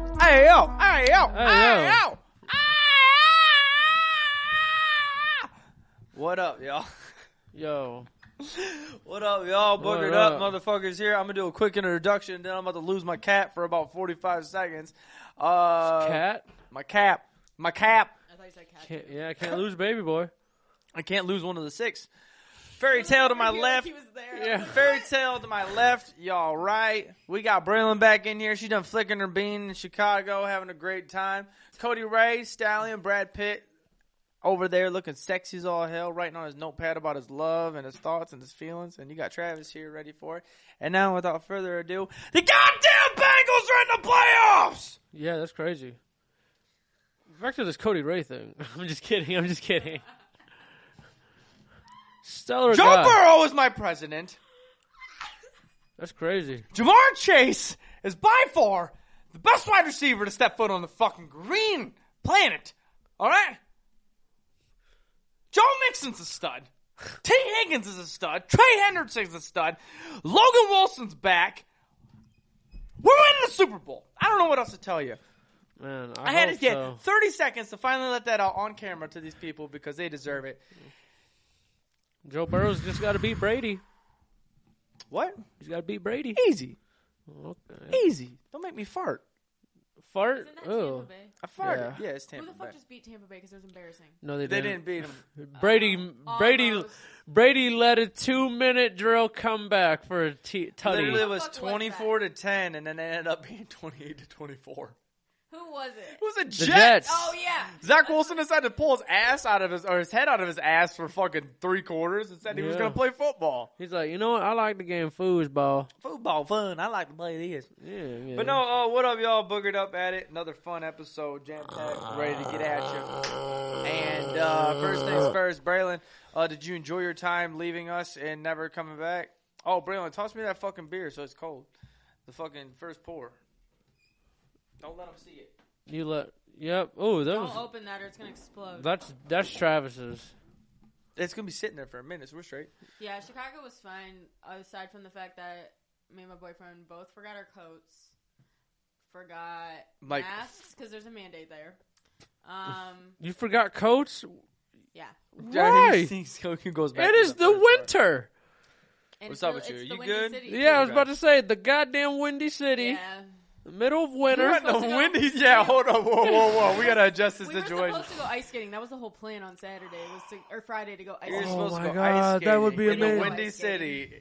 yo, hey, yo, hey, yo. What up, y'all? Yo, What up, y'all? Boogered What up? up? motherfuckers here. I'm gonna do a quick introduction, then I'm about to lose my cap for about 45 seconds. Uh, cat. My cap, my cap. I thought you said cat. Can't, yeah, I can't lose baby boy. I can't lose one of the six. Fairy tale to my He- like left. He was there. Yeah. Fairy tale to my left. Y'all right. We got Braylon back in here. She done flicking her bean in Chicago, having a great time. Cody Ray, Stallion, Brad Pitt over there looking sexy as all hell, writing on his notepad about his love and his thoughts and his feelings. And you got Travis here ready for it. And now, without further ado, the goddamn Bengals are in the playoffs! Yeah, that's crazy. Back to this Cody Ray thing. I'm just kidding. I'm just kidding. Stellar Joe guy. Burrow is my president. That's crazy. Jamar Chase is by far the best wide receiver to step foot on the fucking green planet. All right? Joe Mixon's a stud. T. Higgins is a stud. Trey Hendrickson's a stud. Logan Wilson's back. We're winning the Super Bowl. I don't know what else to tell you. Man, I, I, had to hope get so. 30 seconds to finally let that out on camera to these people because they deserve it. Joe Burrow's just got to beat Brady. What? He's got to beat Brady. Easy. Okay. Easy. Don't make me fart. Fart. Isn't that Tampa Oh Bay? I farted. Yeah. Yeah, it's Who Tampa the Bay. fuck just beat Tampa Bay because it was embarrassing? no, they, They didn't. didn't beat him. Brady. Brady. Oh, Almost. Brady led a two-minute drill comeback for a t- tutty. Literally, it What was the fuck was 24 to 10, and then it ended up being 28 to 24. Who was it? It was a Jets. The Jets. Oh yeah. Zach Wilson decided to pull his ass out of his or his head out of his ass for fucking three quarters and said he was Yeah. going to play football. He's like, you know what? I like the game foosball. Football fun. I like to play this. Yeah, yeah. But no, uh, what up, y'all? Boogered up at it. Another fun episode. Jam packed, ready to get at you. And uh, first things first, Braylon, uh, did you enjoy your time leaving us and never coming back? Oh, Braylon, toss me that fucking beer so it's cold. The fucking first pour. Don't let them see it. you let. Yep. Oh, that Don't was. open that or it's gonna oh. explode. That's that's Travis's. It's gonna be sitting there for a minute. So we're straight. yeah, Chicago was fine. Aside from the fact that me and my boyfriend both forgot our coats, forgot Like- masks because there's a mandate there. Um. You forgot coats. Yeah. Why? goes back It is the winter. And What's it's up the- with you? it's the You Windy good? City. Yeah, I was about to say the goddamn windy city, Yeah. the middle of winter. We're supposed to go- windy. Yeah, hold on. Whoa, whoa, whoa. We gotta adjust the We were situation. supposed to go ice skating. That was the whole plan on Saturday was to, or Friday to go ice You're skating. supposed Oh my to go ice God, that would skating be in the amazing. windy city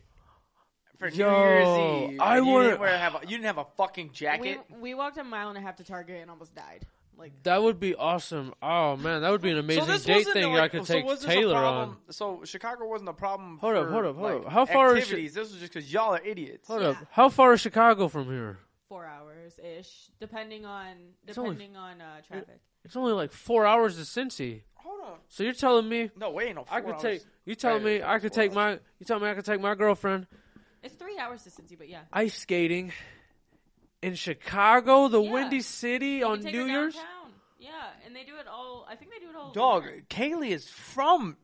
for New Yo, Year's Eve. I and you wanna- didn't wear have a, you didn't have a fucking we, jacket. we walked a mile and a half to Target and almost died. Like That would be awesome. Oh man, that would be an amazing date wasn't, thing. like- I could so take was this a Taylor problem- on. So Chicago wasn't a problem. Hold up, for, hold up, hold like, up. How far is Chi- activities? This was just because y'all are idiots. Hold up. Yeah. How far is Chicago from here? four hours ish, depending on only- depending on uh, traffic. It's only like four hours to Cincy. Hold on. So you're telling me No, wait, no. I four could hours. take you telling Hey, me I could four take my you telling me I could take my girlfriend It's three hours to Cincy, but yeah, ice skating in Chicago, the Yeah. windy city You on can take New her Year's. downtown. Yeah, and they do it all. I think they do it all. Dog, Kaylee is from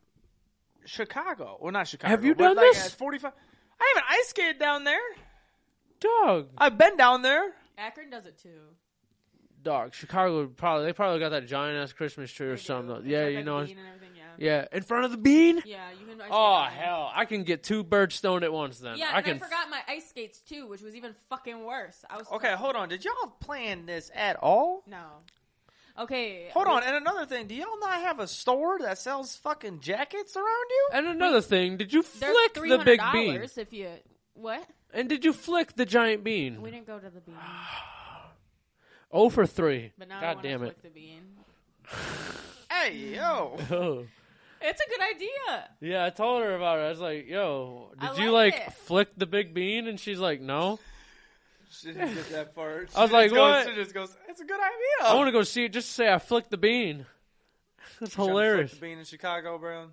Chicago. Well, not Chicago. Have you but done like this? at 45. I haven't ice skated down there. Dog, I've been down there. Akron does it too. dog. Chicago would probably they probably got that giant ass Christmas tree or They do. something. They Yeah, check you out know. the bean and everything, yeah. Yeah, in front of the bean. Yeah, you can. Ice Oh skate down there. hell, I can get two birds stoned at once then. Yeah, I and can. I forgot my ice skates too, which was even fucking worse. I was Okay, hold on. Did y'all plan this at all? No. Okay. Hold on. And another thing, do y'all not have a store that sells fucking jackets around you? and another thing, did you They're flick three the hundred big bean? dollars if you what? And did you flick the giant We bean? didn't go to the bean, Oh for three. but now I God want damn to it. flick the bean. Hey, yo. Oh. It's a good idea. Yeah, I told her about it. I was like, "Yo, I did you like like it. flick the big bean?" And she's like, "No." She didn't get that far. She I was just like, goes- what? She just goes, it's a good idea. I want to go see it just to say I flicked the bean. That's Oh. Trying to hilarious. flip Being in Chicago, bro.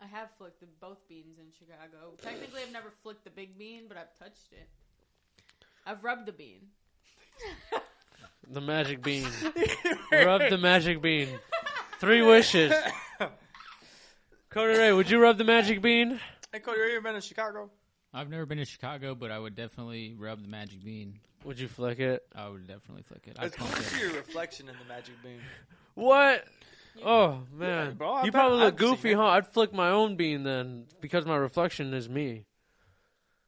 I have flicked the, both beans in Chicago. Technically, I've never flicked the big bean, but I've touched it. I've rubbed the bean. The magic bean. rub the magic bean. Three wishes. Cody Ray, would you rub the magic bean? Hey, Cody, you ever been in Chicago? I've never been to Chicago, but I would definitely rub the magic bean. Would you flick it? I would definitely flick it. I It's cool pump to see it. your reflection in the magic beam. What? Oh Yeah, man, bro, I you bet- probably look I've seen goofy, it. huh? I'd flick my own bean then because my reflection is me.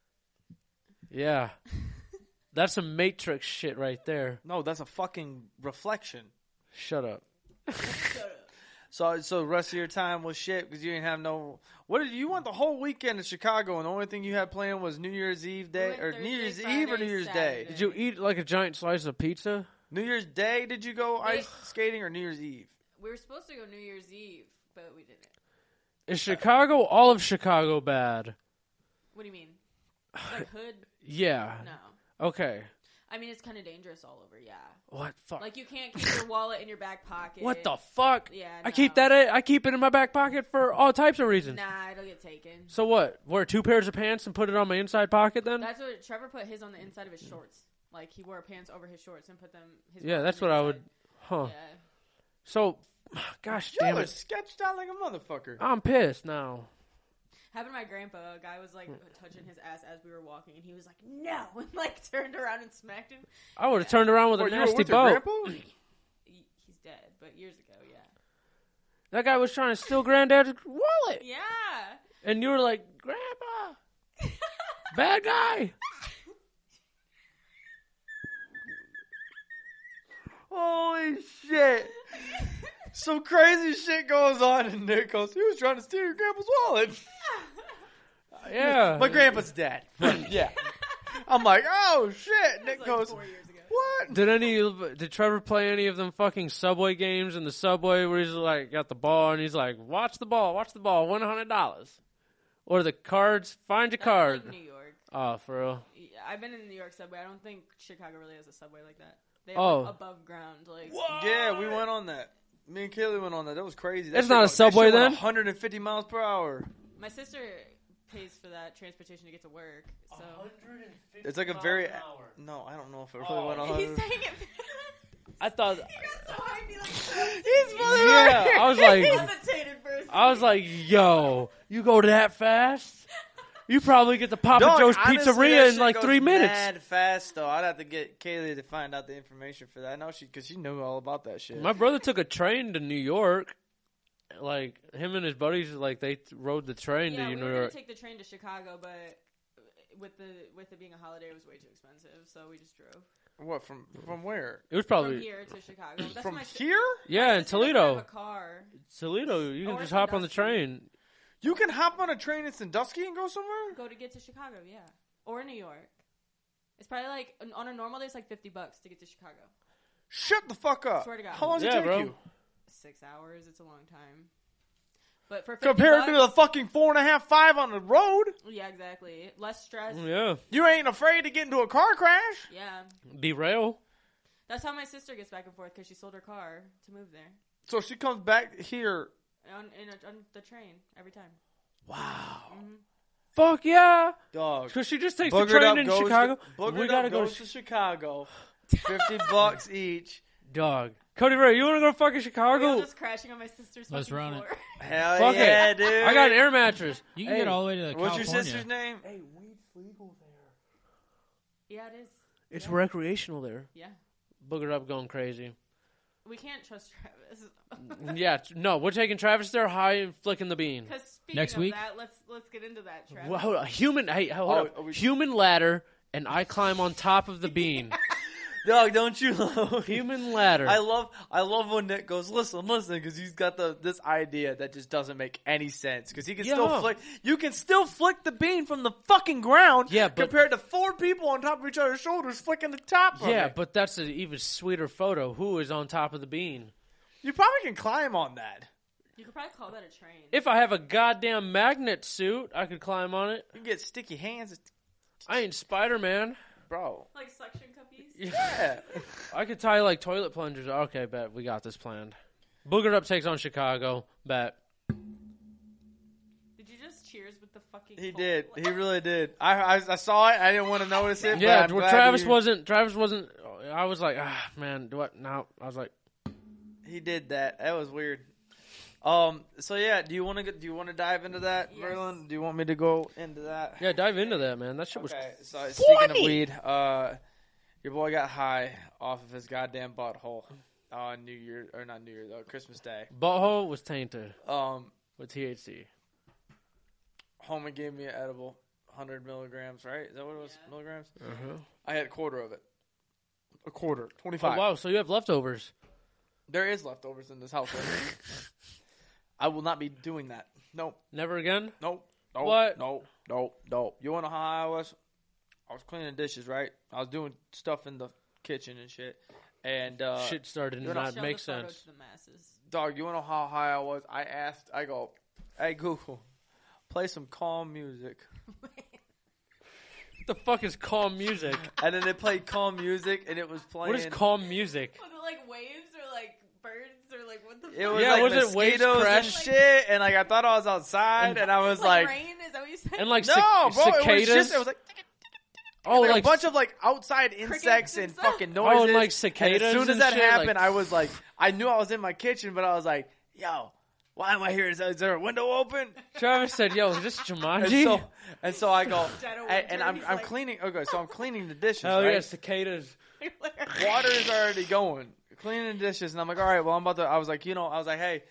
Yeah, that's some Matrix shit right there. No, that's a fucking reflection. Shut up. So, so the rest of your time was shit because you didn't have no. What did you want the whole weekend in Chicago? And the only thing you had planned was New Year's Eve day went or Thursday, New Year's Friday, Eve or New Year's Saturday. Day. Did you eat like a giant slice of pizza? New Year's Day? Did you go Wait. ice skating or New Year's Eve? We were supposed to go New Year's Eve, but we didn't. Is Chicago all of Chicago bad? What do you mean? Like hood? Yeah. No. Okay. I mean, it's kind of dangerous all over. Yeah. What fuck? Like you can't keep your wallet in your back pocket. Uh, what the fuck? Yeah, I keep no. that. I keep it in my back pocket for all types of reasons. Nah, it'll get taken. So what? Wear two pairs of pants and put it on my inside pocket then? That's what Trevor put his on the inside of his shorts. Like he wore pants over his shorts and put them. His yeah, wallet that's on what the I inside. would. oh. Huh. Yeah. So, gosh You damn were it. sketched out like a motherfucker. I'm pissed now. Happened to my grandpa. A guy was like Hmm. touching his ass as we were walking, and he was like, "No!" and like turned around and smacked him. I would have turned around with Or a you were nasty with your bow. grandpa? He, he's dead, but years ago, yeah, That guy was trying to steal granddad's wallet, yeah. and you were like, "Grandpa, bad guy." Holy shit! Some crazy shit goes on in Nichols. He was trying to steal your grandpa's wallet. Yeah. My grandpa's dead. But yeah. I'm like, oh shit! It Nick was, like goes, four years ago. what? Did any did Trevor play any of them fucking subway games in the subway where he's like got the ball and he's like watch the ball watch the ball one hundred dollars or the cards find your That's, like, card New York. oh for real Yeah, I've been in the New York subway. I don't think Chicago really has a subway like that. They have Oh. like, above ground, like Yeah, we went on that. Me and Kaylee went on that. That was crazy. That It's shit not a went- that subway, shit went then? 150 miles per hour. my sister pays for that transportation to get to work. So It's like a very. No, I don't know if it really Oh. went on. he's saying it. I thought he got so hyped, he, like, yeah I was like hesitated for a second. I was like yo you go that fast you probably get to Papa Dog, Joe's honestly, that Pizzeria in shit like goes three minutes Mad fast though. I'd have to get Kaylee to find out the information for that. I know she because she knew all about that shit. My brother took a train to New York. Like him and his buddies, like they th- rode the train yeah, to we New were York. gonna take the train to Chicago, but with the with it being a holiday, it was way too expensive, so we just drove what from from where? it was from probably here to Chicago. That's from my si- here? yeah my in sister doesn't have Toledo. a car. Toledo, you can Or just from hop on the Dustin. train. You can hop on a train in Sandusky and go somewhere. Go to get to Chicago, yeah, or New York. It's probably like on- on a normal day, it's like fifty bucks to get to Chicago. Shut the fuck up. Swear to God. How long does Yeah, it take bro. you? Six hours, it's a long time. But for 50 Compared to the bucks- fucking four and a half, five on the road, yeah, exactly, less stress. Yeah. Mm, Yeah, you ain't afraid to get into a car crash. be rail. that's how my sister gets back and forth because she sold her car to move there So she comes back here. on in a, on the train every time. Mm-hmm. Wow, Fuck yeah, dog. because she just takes Boogered the train up in goes Chicago. To, Boogered we gotta up go, goes to to Chicago. Fifty bucks each. dog. Cody Ray, you wanna go to fucking We all Chicago? just crashing on my sister's Let's fucking run it. floor. Hell Fuck it. yeah, dude. I got an air mattress. You can Hey, get all the way to What's California. your sister's name? Hey, weed's legal there. yeah, it is. It's recreational there. Yeah, Boogered up, going crazy. we can't trust Travis. Yeah, t- no, we're taking Travis there high and flicking the bean. Because speaking Next of week? that, let's let's get into that, Travis. Well, hold on. Human, hey, hold Oh, up. are we- Human ladder, and I climb on top of the bean. Dog, don't you love? Human ladder. I love, I love when Nick goes, listen, listen, because he's got the this idea that just doesn't make any sense. Because he can Yeah. still flick, you can still flick the beam from the fucking ground. Yeah, but- compared to four people on top of each other's shoulders flicking the top. of yeah, it. but that's an even sweeter photo. Who is on top of the bean? you probably can climb on that. you could probably call that a train. If I have a goddamn magnet suit, I could climb on it. You can get sticky hands, I ain't Spider Man. bro. like suction cuppies. Yeah, I could tie like toilet plungers. Okay, bet we got this planned. Boogered up takes on Chicago. Bet. Did you just cheers with the fucking? he cold? did. He really did. I, I, I saw it. I didn't want to notice it. but Yeah, I'm well, glad Travis you- wasn't. Travis wasn't. I was like, ah, man, what? No, I was like, He did that. That was weird. Um. So yeah, do you want to do you want to dive into that, Yes. Merlin? Do you want me to go into that? yeah, dive into that, man. That shit was. Okay. So speaking of weed, uh, Your boy got high off of his goddamn butthole on New Year or not New Year's, uh, Christmas Day. Butthole was tainted Um, with THC. Homer gave me an edible, hundred milligrams. Right? Is that what it was? Yeah. Milligrams? Uh-huh. I had a quarter of it. A quarter, twenty Oh, five. wow, so you have leftovers. There is leftovers in this household. I will not be doing that. Nope. Never again? Nope. Nope. What? Nope. Nope. Nope. You wanna know how I was? I was cleaning dishes, right? I was doing stuff in the kitchen and shit. And uh Shit started to you're not Show make the photo sense. To the masses. dog, you wanna know how high I was? I asked I go, Hey Google, play some calm music. What the fuck is calm music? And then they played calm music and it was playing What is calm music? Was it like waves or like birds or like what the? It fuck? was Yeah, like was it waves mosquitoes and crash? shit, and like I thought I was outside, And- and I was like, rain. Is that what you said? And like no, cic- bro, cicadas? it was just it was like oh, like, like, a bunch of like outside insects and and stuff. fucking noises. oh, and like cicadas. And as soon as and that shit, like- happened, I was like, I knew I was in my kitchen, but I was like, yo, why am I here? Is, is there a window open? Travis said, "Yo, is this And Jumanji?" so, and so I go, Dead of and, and winter, I'm, he's I'm like- cleaning. Okay, so I'm cleaning the dishes. Hell right? yeah, cicadas. water is already going. Cleaning the dishes, and I'm like, all right, well, I'm about to. I was like, you know, I was like, hey,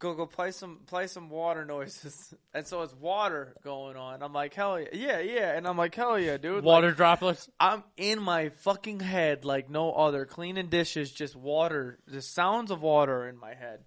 go go play some play some water noises, and so it's water going on. I'm like, hell yeah, yeah, yeah, and I'm like, hell yeah, dude. Like, Water droplets. I'm in my fucking head like no other. Cleaning dishes, just water, the sounds of water in my head.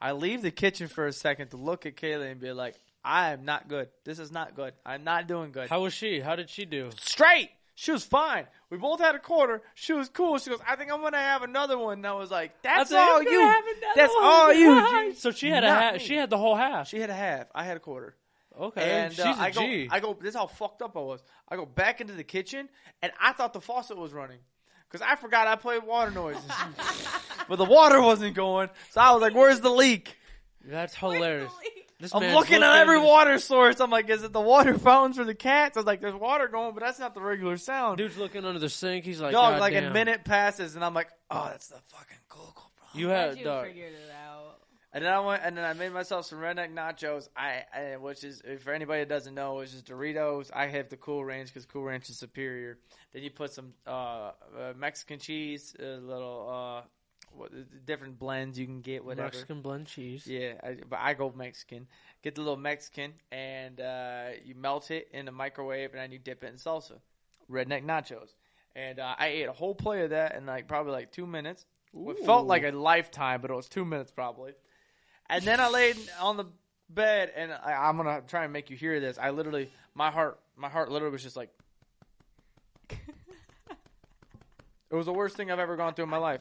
I leave the kitchen for a second to look at Kayla and be like, I am not good. This is not good. I'm not doing good How was she? How did she do? straight. She was fine. We both had a quarter. She was cool. She goes, I think I'm gonna have another one. And I was like, That's I think all I'm gonna you. have another That's one. all you. G." So she had a Not half. me. She had the whole half. She had a half. I had a quarter. okay, And she's uh, a I go, G. I go. This is how fucked up I was. I go back into the kitchen, and I thought the faucet was running because I forgot I played water noises, but the water wasn't going. So I was like, "Where's the leak?" That's hilarious. This I'm man's looking at every this- water source. I'm like, "Is it the water fountains for the cats?" I was like, "There's water going, but that's not the regular sound." Dude's looking under the sink. He's like, dog, "God like damn." a minute passes, and I'm like, oh, that's the fucking Google, bro. You Glad had you dog. figured it out. and then I went, and then I made myself some redneck nachos. I, I which is if for anybody that doesn't know, it's just Doritos. I have the Cool Ranch because Cool Ranch is superior. Then you put some uh, uh, Mexican cheese, a little uh, what, different blends you can get, whatever. Mexican blend cheese. Yeah, I, but I go Mexican. Get the little Mexican, and uh, you melt it in the microwave, and then you dip it in salsa. Redneck nachos. And uh, I ate a whole plate of that in like probably like two minutes. It felt Ooh. like a lifetime, but it was two minutes probably. And then I laid on the bed, and I, I'm gonna try and make you hear this. I literally, my heart, my heart literally was just like. It was the worst thing I've ever gone through in my life.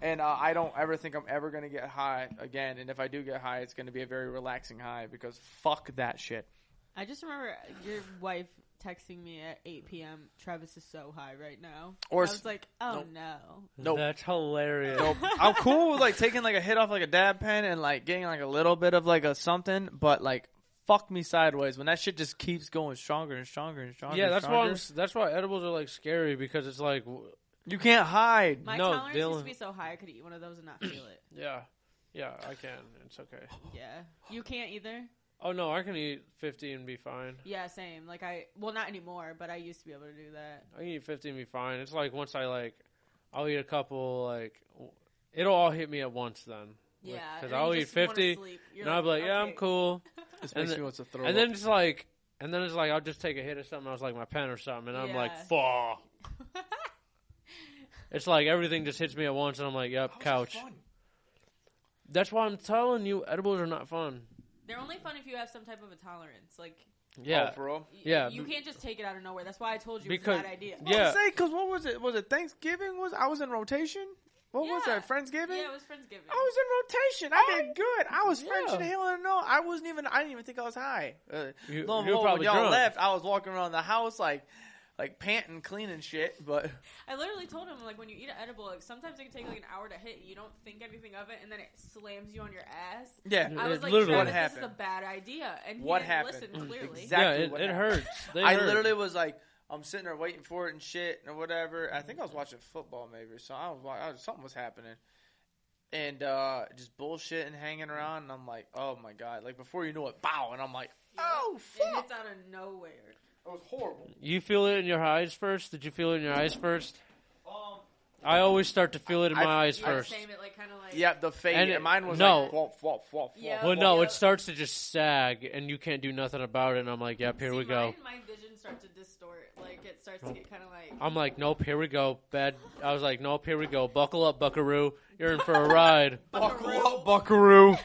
And uh, I don't ever think I'm ever going to get high again. And if I do get high, it's going to be a very relaxing high because fuck that shit. I just remember your wife texting me at 8 p.m. Travis is so high right now. Or I s- was like, oh nope. no. Nope. That's hilarious. Nope. I'm cool with like taking like a hit off like a dab pen and like getting like a little bit of like a something, but like fuck me sideways when that shit just keeps going stronger and stronger and stronger. Yeah, and that's why stronger. I'm, s- that's why edibles are like scary because it's like, w- You can't hide. My No, tolerance used Dylan- to be so high I could eat one of those and not feel it. yeah, yeah, I can. It's okay. Yeah. You can't either? Oh no, I can eat fifty and be fine. Yeah, same. Like I well not anymore, but I used to be able to do that. I can eat 50 and be fine. It's like once I like, I'll eat a couple like, w- it'll all hit me at once then. Yeah. because and then I'll you eat just wanna 50, sleep. You're And I'll be like, yeah, I'm okay. cool. This And makes then- me want to throw And up. then it's like, and then it's like I'll just take a hit of something. I was like my pen or something, and I'm like, Yeah. fuck. It's like everything just hits me at once, and I'm like, yep, couch. Oh, That's why I'm telling you, edibles are not fun. They're only fun if you have some type of a tolerance. Like Yeah, Oh, for real? y- Yeah, you be- can't just take it out of nowhere. That's why I told you it was Because- a bad idea. yeah. I was gonna say, cause what was it? Was it Thanksgiving? Was I was in rotation? What was Yeah. that? Friendsgiving? Yeah, it was Oh, Friendsgiving. I was in rotation. I did good. I was French Yeah. and hell and no. I wasn't even. I didn't even think I was high. Uh, You- lo and you were behold, when probably y'all drunk. left, I was walking around the house like, like panting, cleaning shit. But I literally told him like when you eat an edible, like sometimes it can take like an hour to hit. You don't think anything of it, and then it slams you on your ass. yeah, Yeah. I was It like, literally- Travis, What this is happened? a bad idea, and he What didn't happened? Mm, listen clearly. Exactly yeah, what it, it happened. hurts. They I hurt. literally was like, I'm sitting there waiting for it and shit or whatever. I think I was watching football maybe, so I was like, I was- something was happening, and uh just bullshit and hanging around. And I'm like, oh my god! Like before you know it, bow, and I'm like, Yeah. oh It fuck! hits out of nowhere. It was horrible. You feel it in your eyes first. Did you feel it in your eyes first? Um, I always start to feel it in my I- eyes You like first. same it like kind of like Yep, the fade. And And it- mine was no. like, whoa, whoa, whoa, whoa. Yeah. Well, no, Yeah. it starts to just sag, and you can't do nothing about it. And I'm like, yep, here See, we go. mine, My vision starts to distort. Like it starts to get kind of like. I'm like, nope, here we go. Bad. I was like, nope, here we go. Buckle up, Buckaroo. You're in for a ride. Buckaroo. buckaroo.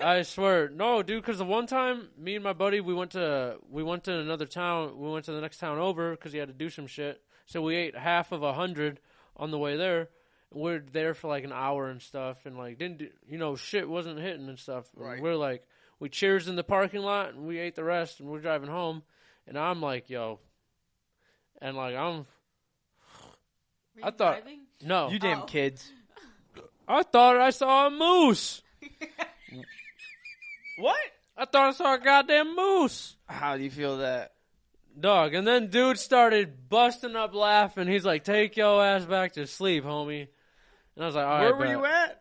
I swear, no, dude. Because the one time, me and my buddy, we went to we went to another town. We went to the next town over because he had to do some shit. So we ate half of a hundred on the way there. We're there for like an hour and stuff, and like didn't do, you know shit wasn't hitting and stuff. And Right. We're like we cheers in the parking lot and we ate the rest, and we're driving home. And I'm like, yo, and like I'm Were I you thought- driving? no, You damn Oh. kids. I thought I saw a moose. What? I thought I saw a goddamn moose. How do you feel that? Dog, and then dude started busting up laughing. He's like, "Take your ass back to sleep, homie." And I was like, "All right." where were you bet." at?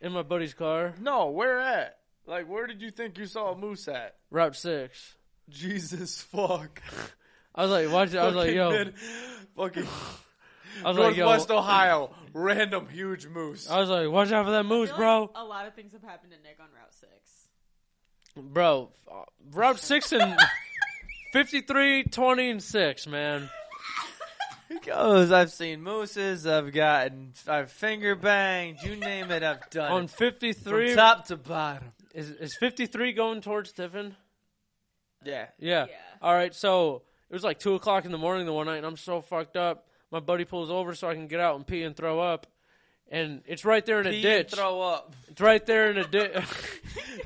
In my buddy's car, No, where at? Like, where did you think you saw a moose at? Route Six. Jesus fuck. I was like, "Watch it." I was like, Fucking "Yo," mid- fucking I was like, "Yo," Northwest Ohio, random huge moose. I was like, "Watch out for that I moose, feel bro." like a lot of things have happened to Nick on Route Six. Bro, uh, Route Six and 53, 20, and six, man. He goes, I've seen mooses, I've gotten, I've finger banged, you name it, I've done On it. fifty three, From top to bottom. is is fifty three going towards Tiffin? Yeah. Yeah. Yeah. All right. So it was like two o'clock in the morning the one night, and I'm so fucked up. My buddy pulls over so I can get out and pee and throw up, and it's right there in a Pee and ditch. throw up. It's right there in a ditch.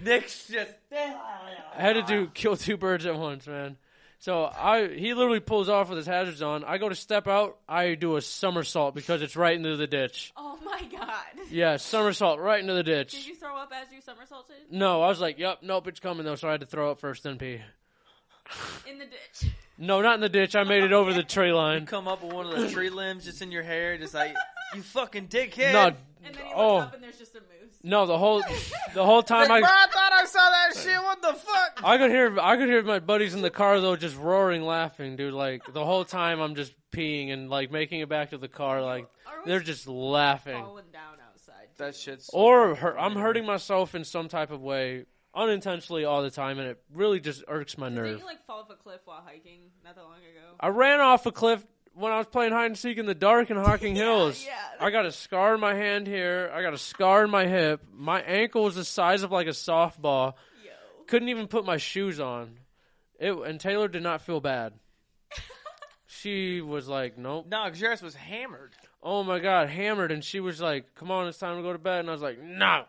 Nick's just. I had to Ah. do kill two birds at once, man. So I he literally pulls off with his hazards on. I go to step out. I do a somersault because it's right into the ditch. Oh my god! Yeah, somersault right into the Did ditch. you throw up as you somersaulted No, I was like, "Yep, nope, it's coming though." So I had to throw up first, then pee. in the ditch? No, not in the ditch. I made it over the tree line. Come up with one of the tree limbs just in your hair, just like, you fucking dickhead. No, And then he looks oh. up and there's just a moose. No, the whole the whole Like, time bro, I I thought I saw that shit. What the fuck? I could hear I could hear my buddies in the car though just roaring laughing, dude. Like the whole time I'm just peeing and like making it back to the car, like Are we they're just laughing. falling down outside. dude? That shit's. Or hurt, I'm hurting myself in some type of way unintentionally all the time, and it really just irks my Didn't nerve. you like fall off a cliff while hiking not that long ago? I ran off a cliff when I was playing hide and seek in the dark in Hocking Yeah, Hills. yeah. I got a scar in my hand here. I got a scar in my hip. My ankle was the size of like a softball. Yo. couldn't even put my shoes on. It and Taylor did not feel bad. she was like, "Nope." No, because your ass was hammered. Oh my god, hammered, and she was like, "Come on, it's time to go to bed." And I was like, "No,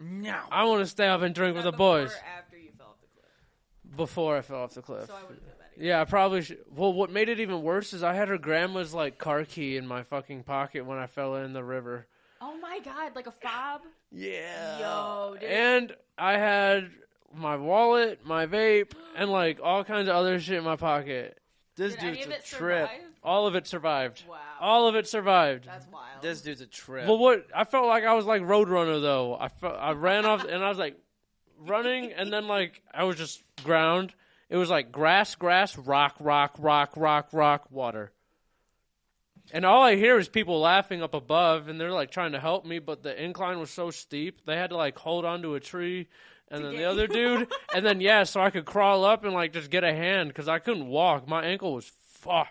No. I want to stay up and drink Was with the that boys." before or After you fell off the cliff, Before I fell off the cliff. so I wouldn't feel bad. either. Yeah, I probably. Should. Well, what made it even worse is I had her grandma's like car key in my fucking pocket when I fell in the river. Oh my god, like a fob. Uh, Yeah. Yo, dude. And I had my wallet, my vape, and like all kinds of other shit in my pocket. This Did dude's any of a it trip. survive? All of it survived. Wow. All of it survived. That's wild. This dude's a trip. Well, what I felt like I was like Roadrunner though. I fe- I ran off and I was like running, and then like I was just ground. It was like grass, grass, rock, rock, rock, rock, rock, water. And all I hear is people laughing up above, and they're like trying to help me, but the incline was so steep they had to like hold onto a tree, and then the get other dude, and then yeah, so I could crawl up and like just get a hand because I couldn't walk. My ankle was fucked.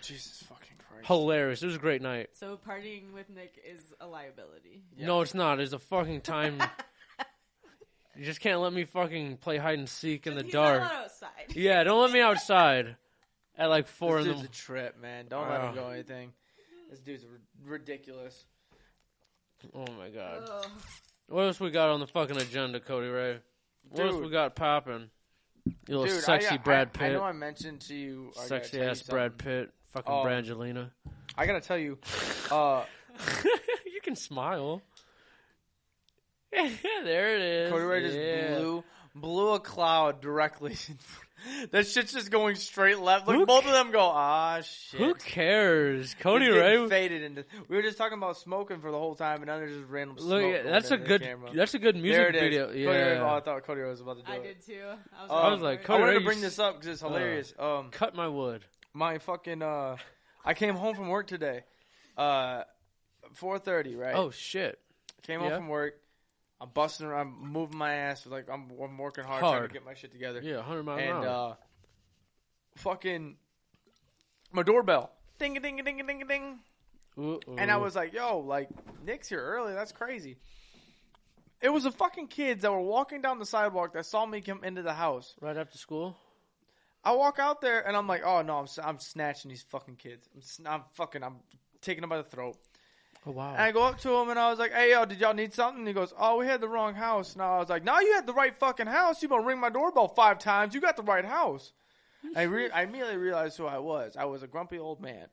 Jesus fucking Christ. Hilarious. It was a great night. so partying with Nick is a liability. Yeah. No, it's not. It's a fucking time. you just can't let me fucking play hide and seek in the He's dark. Not allowed outside. Yeah, don't let me outside at like four This in the. dude's a trip, man. Don't let Wow. him go anything. This dude's r- ridiculous. m- oh my god. Ugh. What else we got on the fucking agenda, Cody Ray? What else Dude. we got popping? You little Dude, sexy I, Brad I, I Pitt, know I mentioned to you. I gotta sexy tell you ass Brad something. Pitt, fucking Um, Brangelina. I gotta tell you. Uh, you can smile. there it is. Cody Ray yeah. just blew blew a cloud directly. that shit's just going straight left. Like Who both of them go. Ah shit. Who cares, It's Cody getting Ray? faded into. We were just talking about smoking for the whole time, and now there's just random. Look, smoke at- going that's a into the good. camera. That's a good music there it is. video. Cody Ray- oh, I Yeah. thought Cody Ray was about to do I it. did too. I was, Uh, I was like, I Cody wanted Ray, to you bring s- this up because it's hilarious. um, Cut my wood. my fucking uh I came home from work today. uh, four thirty, right? Oh shit. Came home yeah. from work. I'm busting. around, I'm moving my ass. Like I'm, I'm working hard, trying Hard. to get my shit together. Yeah, 100 miles an and hour. uh, fucking my doorbell, ding a ding a ding a ding a ding. Ooh, uh, And I ooh. was like, yo, like, Nick's here early. That's crazy. It was the fucking kids that were walking down the sidewalk that saw me come into the house. right after school. I walk out there and I'm like, oh no, I'm, s- I'm snatching these fucking kids. I'm, sn- I'm fucking, I'm taking them by the throat. Oh wow. And I go up to him and I was like, hey yo, did y'all need something? And he goes, oh, we had the wrong house. And I was like, no, you had the right fucking house. You gonna ring my doorbell five times. You got the right house. I, re- I immediately realized who I was. I was a grumpy old man.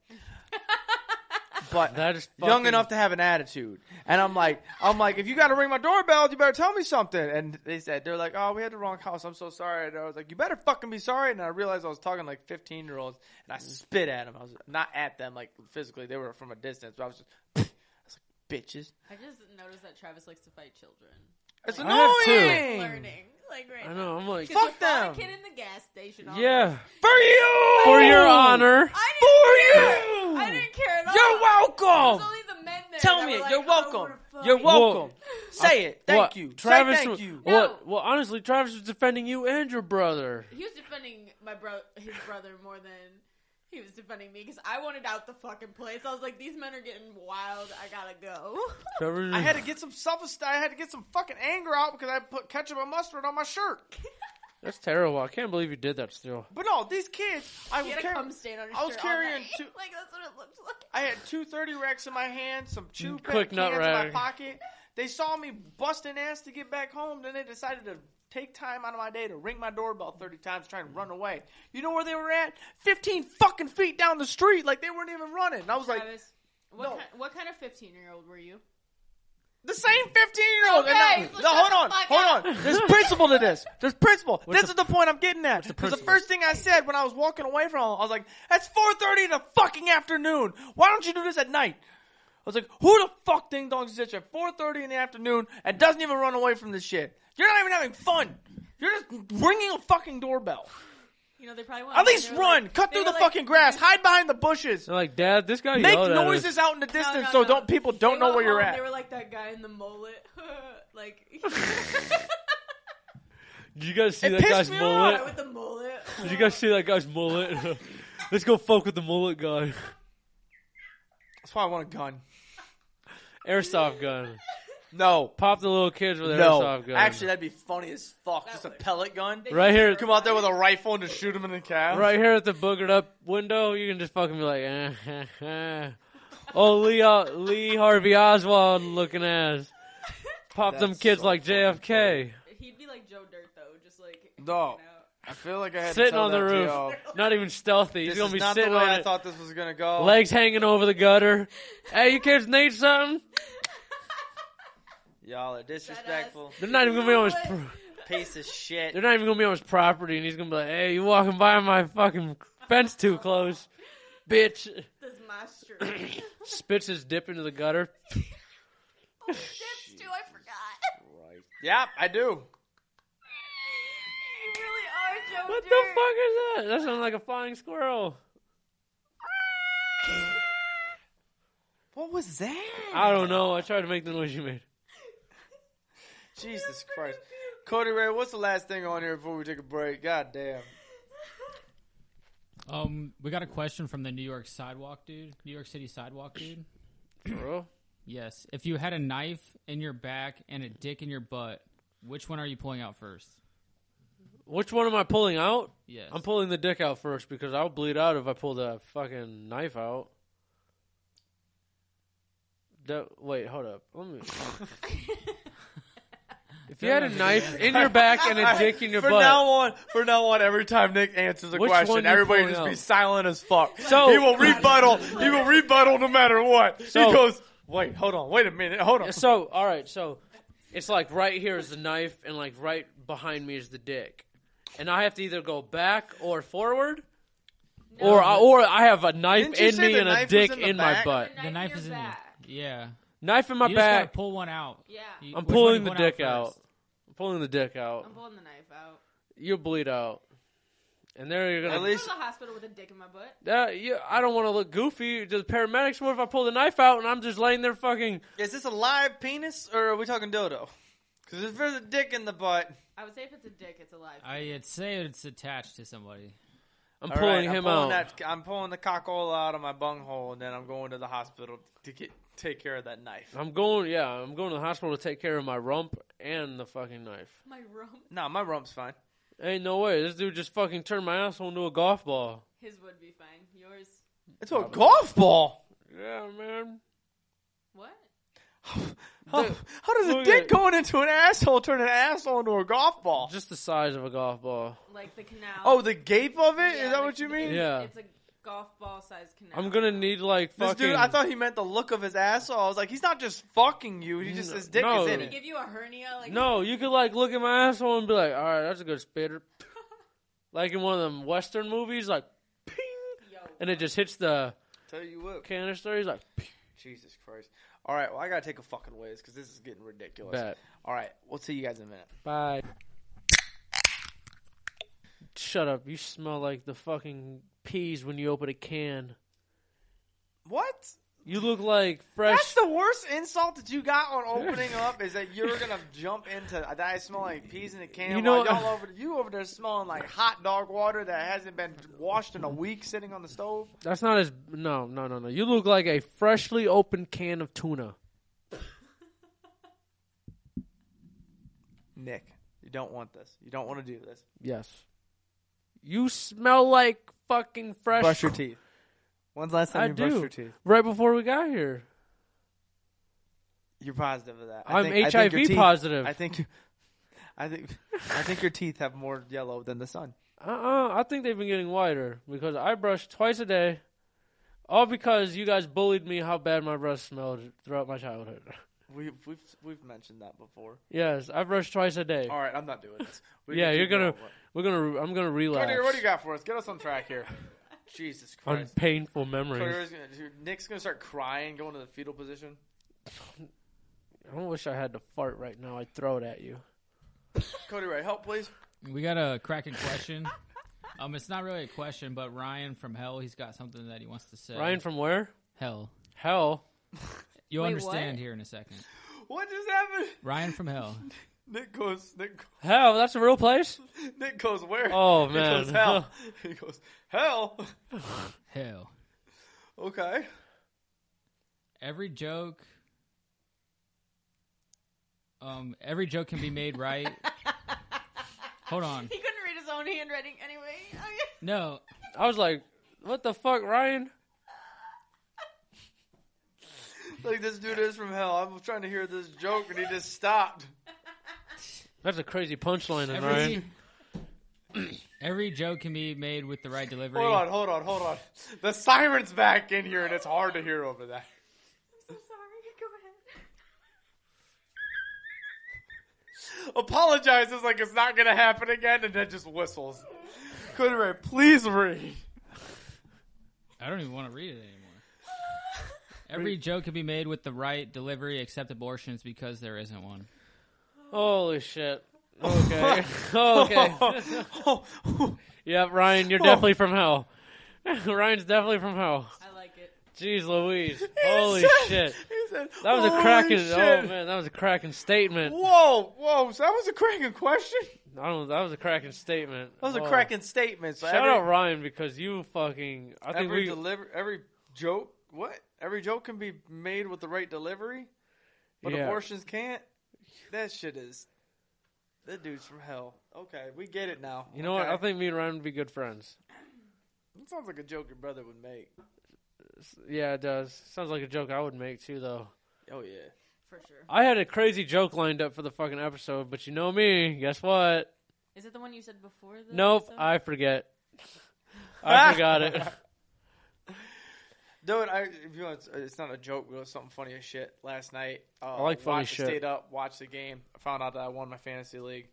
But that is young fucking- enough to have an attitude. And I'm like, I'm like, if you got to ring my doorbell, you better tell me something. And they said, they're like, oh, we had the wrong house. I'm so sorry. And I was like, you better fucking be sorry. And I realized I was talking like 15 year olds, and I spit at them. I was not at them like physically; they were from a distance. But I was just, I was like, bitches. I just noticed that Travis likes to fight children. It's I have two. annoying. Learning, like right I know. I'm like now. 'Cause Fuck you caught them. A kid in the gas station. all yeah. For you, For your honor. I For didn't care. you. I didn't care at all. You're It was welcome. only the men there Tell that me were it. like, You're "Oh, welcome. we're You're fucking-" welcome. Say it. Thank What? you. Travis Say thank was- you. No. What? Well, honestly, Travis was defending you and your brother. He was defending my bro, his brother, more than he was defending me because I wanted out the fucking place. I was like, these men are getting wild. I gotta go. Travis, I had to get some self. I had to get some fucking anger out because I put ketchup and mustard on my shirt. That's terrible. I can't believe you did that. Still, But no, these kids. I He was, had a carry- cum stain on his I was shirt all carrying night. two- like that's what it looked like. I had two thirty racks in my hand, some chew Mm, Quick pack cans in my nut rag. pocket. They saw me busting ass to get back home. Then they decided to take time out of my day to ring my doorbell thirty times, trying to run away. You know where they were at? Fifteen fucking feet down the street, like they weren't even running. And I was like, Travis, what, no. kind, what kind of fifteen-year-old were you? the same fifteen year old. Okay, and no, so shut hold the on, fuck hold up. on. There's principle to this. There's principle. What's this the- is the point I'm getting at. the Because the principle? first thing I said when I was walking away from him, I was like, "That's 4:30 in the fucking afternoon. Why don't you do this at night?" I was like, "Who the fuck ding dongs is at you at 4:30 in the afternoon and doesn't even run away from this shit? You're not even having fun. You're just ringing a fucking doorbell. You know, they probably went. At least run. Cut through the fucking grass. Hide behind the bushes." They're like, Dad, this guy Make yelled at us." noises out in the No, distance no, so no. don't people They don't know went where you're home, at. They were like that guy in the mullet, like Did you guys see It that pissed guy's me mullet? with the mullet. Did you guys see that guy's mullet? Let's go fuck with the mullet guy. That's why I want a gun. Airsoft gun. No. Pop the little kids with an No, airsoft gun. actually, that'd be funny as fuck. That Just a would. pellet gun. They Right here, were Come out there with a right. rifle and just shoot him in the calf. right here at the boogered up window, you can just fucking be like, eh, eh, eh. oh Lee, uh, Lee Harvey Oswald looking ass. Pop them That's kids so like JFK, He'd be like Joe Dirt though, just like No. hanging out. I feel like I had to sitting tell on the that to roof, y'all. not even stealthy. This He's gonna is be not sitting the way on I it, thought this was gonna go. legs hanging over the gutter. hey, you kids need something? Y'all are Dead ass. disrespectful. They're not even gonna be on his. What? Pro- Piece of shit. They're not even gonna be on his property, and he's gonna be like, "Hey, you walking by my fucking fence too close, bitch." This Oh, is my street. Spits his dip into the gutter. oh, dips too. I forgot. Right. Yep, I do. you really are Joe What the Dirt. fuck is that? That sounds like a flying squirrel. What was that? I don't know. I tried to make the noise you made. Jesus Christ. Cody Ray, what's the last thing on here before we take a break? God damn. Um, we got a question from the New York sidewalk dude, New York City sidewalk dude. Bro, Yes, if you had a knife in your back and a dick in your butt, which one are you pulling out first? which one am I pulling out? Yes, I'm pulling the dick out first because I'll bleed out if I pull the fucking knife out. That, wait, hold up. Let me. If you had a knife in your back and a dick in your for butt, now on, for now on, every time Nick answers a Which one question, you everybody pulling just be out? silent as fuck. So- he will rebuttal. He will rebuttal no matter what. So- he goes, wait, hold on, wait a minute, hold on. So, all right, so it's like right here is the knife, and like right behind me is the dick, and I have to either go back or forward, or I, or I have a knife Didn't you in say me the and a knife was dick in in, the my back? butt, the knife is in. your your- back. Yeah, knife in my you just gotta back. pull one out. Yeah, You- I'm which one pulling you the pulling dick first? out. I'm pulling the dick out. I'm pulling the knife out. You'll bleed out. And there you're gonna. At At least- least, Go to the hospital with a dick in my butt. yeah, I don't want to look goofy. The paramedics. What if I pull the knife out and I'm just laying there fucking? Is this a live penis or are we talking dildo? Because if there's a dick in the butt, I would say if it's a dick, it's alive. I'd say it's attached to somebody. I'm All pulling right, I'm him pulling out. That, I'm pulling the cockola out of my bunghole, and then I'm going to the hospital to get take care of that knife. I'm going. Yeah, I'm going to the hospital to take care of my rump and the fucking knife. my rump. No, my rump's fine. Ain't no way. This dude just fucking turned my asshole into a golf ball. His would be fine. Yours. It's a golf ball. Yeah, man. What? How, Dude, how does a look dick at- going into an asshole turn an asshole into a golf ball? Just the size of a golf ball. Like the canal. Oh, the gape of it? Is Yeah, that like what you the- mean? Yeah. It's a golf ball sized canal. I'm gonna need like This fucking. dude, I thought he meant the look of his asshole. I was like, he's not just fucking you. He just No, his dick no. is in Did he it. give you a hernia? Like No, you could like look at my asshole and be like, "All right, that's a good spitter." like in one of them Western movies, like ping, Yo. and it just hits the Tell you what, canister. He's like, Jesus Christ. All right, well, I gotta take a fucking whiz because this is getting ridiculous. "Bet, All right, we'll see you guys in a minute. bye." Shut up! You smell like the fucking peas when you open a can. What? You look like fresh. That's the worst insult that you got on opening up is that you're gonna jump into that I smell like peas in a can. You You know- y'all over you over there smelling like hot dog water that hasn't been washed in a week, sitting on the stove. That's not as no no no no. You look like a freshly opened can of tuna. Nick, you don't want this. You don't want to do this. Yes. You smell like fucking fresh. Brush your teeth. When's the last time I you brushed do. your teeth? Right before we got here. You're positive of that. I'm think- think your HIV teeth- positive. I think. you- I think. I think your teeth have more yellow than the sun. Uh-uh. I think they've been getting whiter because I brush twice a day. All because you guys bullied me how bad my breath smelled throughout my childhood. We, we've we've mentioned that before. Yes, I brush twice a day. All right, I'm not doing this. We yeah, can you're keep gonna. going. We're gonna. I'm gonna relapse. Cody, what do you got for us? Get us on track here. Jesus On Christ. painful Cody, memories. is gonna, dude, Nick's gonna start crying, going to the fetal position. I wish I had to fart right now. I'd throw it at you. Cody, Ray, help please. We got a cracking question. um, it's not really a question, but Ryan from Hell, he's got something that he wants to say. Ryan from where? Hell, Hell. you'll Wait, understand what? here in a second. What just happened? Ryan from Hell. Nick goes. Nick. Hell. That's a real place. Nick goes where? Oh He man. goes hell. he goes hell. Hell. Okay. Every joke. Um, every joke can be made right. Hold on. He couldn't read his own handwriting anyway. No, I was like, what the fuck, Ryan? Like this dude is from hell. I'm trying to hear this joke, and he just stopped. That's a crazy punchline, in every Ryan. every joke can be made with the right delivery. Hold on, hold on, hold on. The siren's back in here, and it's hard to hear over that. I'm so sorry. Go ahead. Apologizes like it's not gonna happen again, and then just whistles. Cody, Ray, please read. I don't even want to read it anymore. Every joke can be made with the right delivery, except abortions, because there isn't one. Holy shit. Okay. okay. Yep, Ryan, Oh. you're definitely from hell. Ryan's definitely from hell. I like it. Jeez Louise. Holy shit. He said, That was a "Holy cracking shit." oh man, that was a cracking statement. Whoa, whoa! So that was a cracking question. I don't that was a cracking statement. That was a Oh. cracking statement. So Shout every, out Ryan because you fucking I think every we deliver, every joke. What? Every joke can be made with the right delivery, but Yeah. abortions can't. That shit is. That dude's from hell. Okay, we get it now. You know what? Okay. I think me and Ryan would be good friends. that sounds like a joke your brother would make. Yeah, it does. Sounds like a joke I would make too though. Oh yeah. For sure. I had a crazy joke lined up for the fucking episode, but you know me. Guess what? Is it the one you said before? The Nope, episode? I forget. I forgot it. Dude, I, if you want, it's- it's not a joke. It was something funny as shit. Last night, uh, I like funny shit. Stayed up, watched the game. I found out that I won my fantasy league,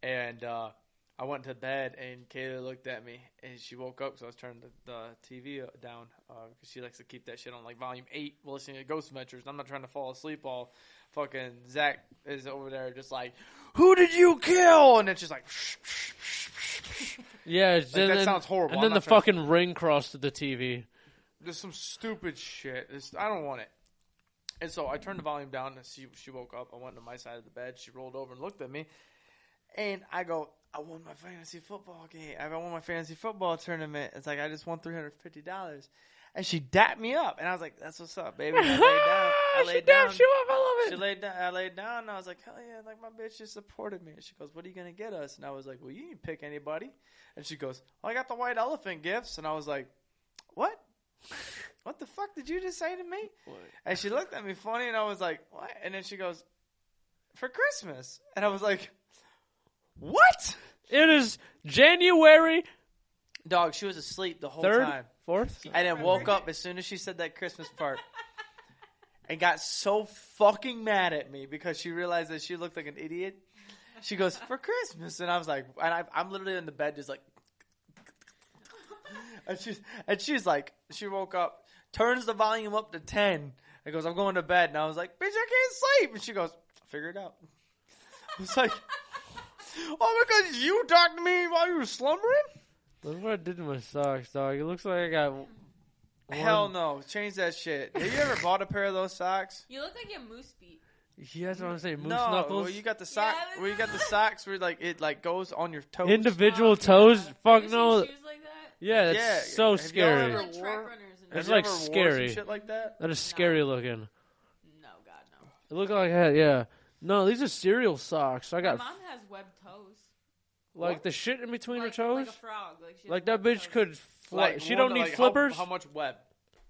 and uh, I went to bed. And Kayla looked at me, and she woke up because I was turning the, the TV down because she likes to keep that shit on like volume eight, while listening to Ghost Adventures. And I'm not trying to fall asleep all. Fucking Zach is over there, just like, who did you kill? And then she's like, Yeah, it's- Like, and that then- sounds horrible. And I'm then the not trying to- fucking ring crossed to the TV. There's some stupid shit. It's, I don't want it. And so I turned the volume down, and she she woke up. I went to my side of the bed. She rolled over and looked at me, and I go, "I won my fantasy football game. I won my fantasy football tournament. It's like I just won three hundred fifty dollars." And she dapped me up, and I was like, "That's what's up, baby." I laid down. I she laid down. damn, she up. I love She it. laid down. I laid down, and I was like, "Hell yeah!" Like my bitch just supported me. And she goes, "What are you gonna get us?" And I was like, "Well, you didn't pick anybody." And she goes, well, "I got the white elephant gifts." And I was like, "What? what the fuck did you just say to me?" And she looked at me funny, and I was like, "What?" And then she goes, "For Christmas." And I was like, "What?" It is January Dog, she was asleep the whole third, time, fourth. and then woke up as soon as she said that Christmas part. and got so fucking mad at me because she realized that she looked like an idiot. She goes for Christmas, and I was like, and I, I'm literally in the bed just like, and she's and she's like, she woke up, turns the volume up to ten, and goes, I'm going to bed, and I was like, bitch, I can't sleep, and she goes, figure it out. I was like, oh, because you talked to me while you were slumbering. Look what I did to my socks, dog. It looks like I got. One. Hell no, change that shit. Have you ever bought a pair of those socks? You look like you have moose feet. Yeah, that's what I'm saying. Moose no, knuckles. well, you got the sock. but- well, you got the socks where like it like goes on your toes. Individual Oh, toes. yeah. Fuck You see no. Shoes like that. Yeah, that's Yeah, so have y'all scary. ever- Like Or- track runners. And Have It's you like ever wore some scary. shit like that. That is scary looking. no, God no. It looked like I had, yeah. No, these are cereal socks. I My got mom has webbed toes. like What? the shit in between like, her toes. Like a frog. Like, she has Like that webbed bitch toes could. Fly. she don't wonder, need like, how- flippers. How, much web?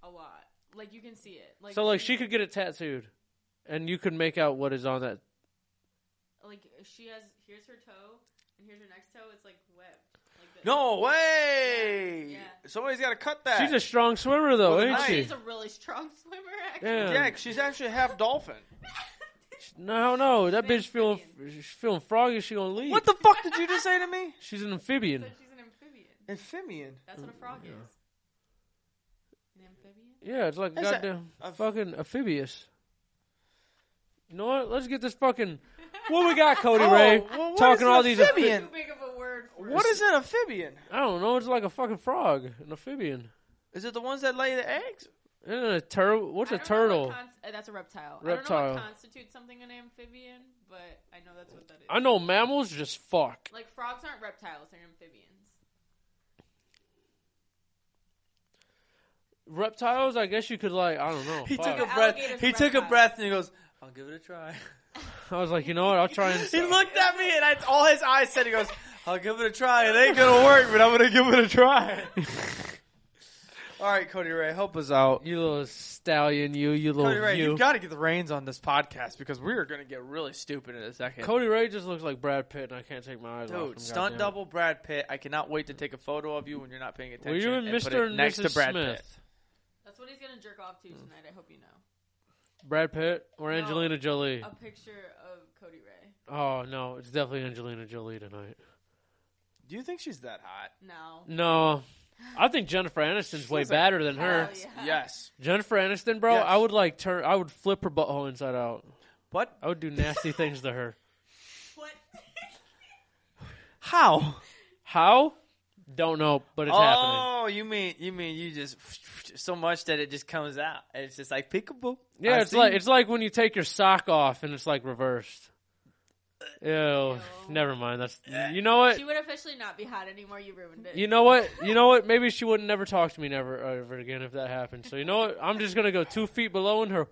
A lot. Like you can see it. Like so like she could get it tattooed, and you could make out what is on that. Like she has. Here's her toe, and here's her next toe. It's like webbed. Like this. No way! Yeah, yeah. Somebody's got to cut that. She's a strong swimmer though, Well, ain't nice. she? She's a really strong swimmer. Actually. Yeah. yeah, she's actually half dolphin. No, no, that She's bitch feeling she's feeling froggy. She gonna leave. what the fuck did you just say to me? She's an So amphibian. she's an amphibian. Amphibian. That's what a frog is. An amphibian. Yeah, it's like Is that- goddamn a- fucking amphibious. You know what? Let's get this fucking. What we got, Cody Oh, Ray? well, what is talking an all these. amphi- amphibian? Too big of a word. For What it. is an amphibian? I don't know. It's like a fucking frog, an amphibian. Is it the ones that lay the eggs? Isn't it a turtle? What's I a don't know what turtle? cons- uh, that's a reptile. I don't know Reptile. what constitutes something an amphibian, but I know that's what that is. I know mammals just fuck. Like frogs aren't reptiles; they're amphibians. Reptiles, I guess you could like. I don't know. He fuck. took But a breath. alligators He are took a reptiles. breath and he goes, "I'll give it a try." I was like, you know what? I'll try and. He looked at me and I, all his eyes said, he goes, I'll give it a try. It ain't going to work, but I'm going to give it a try. all right, Cody Ray, help us out. You little stallion, you, you little Cody Ray, you. you. have got to get the reins on this podcast because we are going to get really stupid in a second. Cody Ray just looks like Brad Pitt, and I can't take my eyes off him. Dude, stunt goddamn it. double Brad Pitt. I cannot wait to take a photo of you when you're not paying attention. Were you in and put Mr. it and next Mrs. to Brad Smith? Pitt. That's what he's gonna jerk off to tonight. I hope you know. Brad Pitt or No. Angelina Jolie? A picture of Cody Ray. Oh no, it's definitely Angelina Jolie tonight. Do you think she's that hot? No. No, I think Jennifer Aniston's way She's like- badder than her. Hell yeah. Yes. Jennifer Aniston, bro, Yes. I would like turn. I would flip her butthole inside out. What? I would do nasty things to her. What? How? How? Don't know, but it's oh, happening. you mean you mean you just so much that it just comes out. And it's just like peekaboo. Yeah, I it's see like you. it's like when you take your sock off and it's like reversed. Ew. Never mind. That's you know what. she would officially not be hot anymore. You ruined it. You know what? You know what? Maybe she would never talk to me never ever again if that happened. So you know what? I'm just gonna go two feet below in her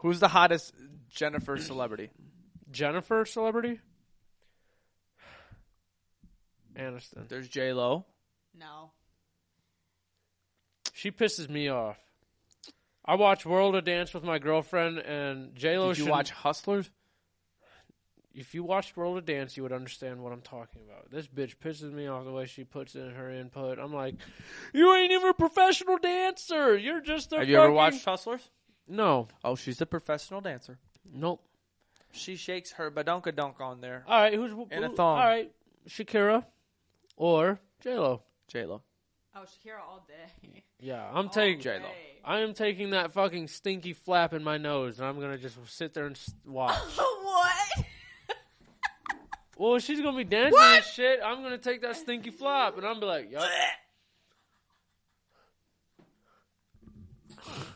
Who's the hottest Jennifer celebrity? Jennifer celebrity? Aniston. There's J Lo. No. She pisses me off. I watch World of Dance with my girlfriend and J Lo. Did you watch Hustlers? If you watched World of Dance, you would understand what I'm talking about. This bitch pisses me off the way she puts in her input. I'm like, you ain't even a professional dancer. You're just a. Have you ever fucking-" watched Hustlers? No. Oh, she's a professional dancer. Nope. She shakes her badonka donk on there. All right, who's And a who- thong. All right, Shakira or J Lo. J Lo. Oh, Shakira all day. Yeah, I'm All taking. J-Lo. day. I am taking that fucking stinky flap in my nose, and I'm gonna just sit there and s- watch. what? well, she's gonna be dancing and What? shit. I'm gonna take that stinky flop, and I'm be like, yup.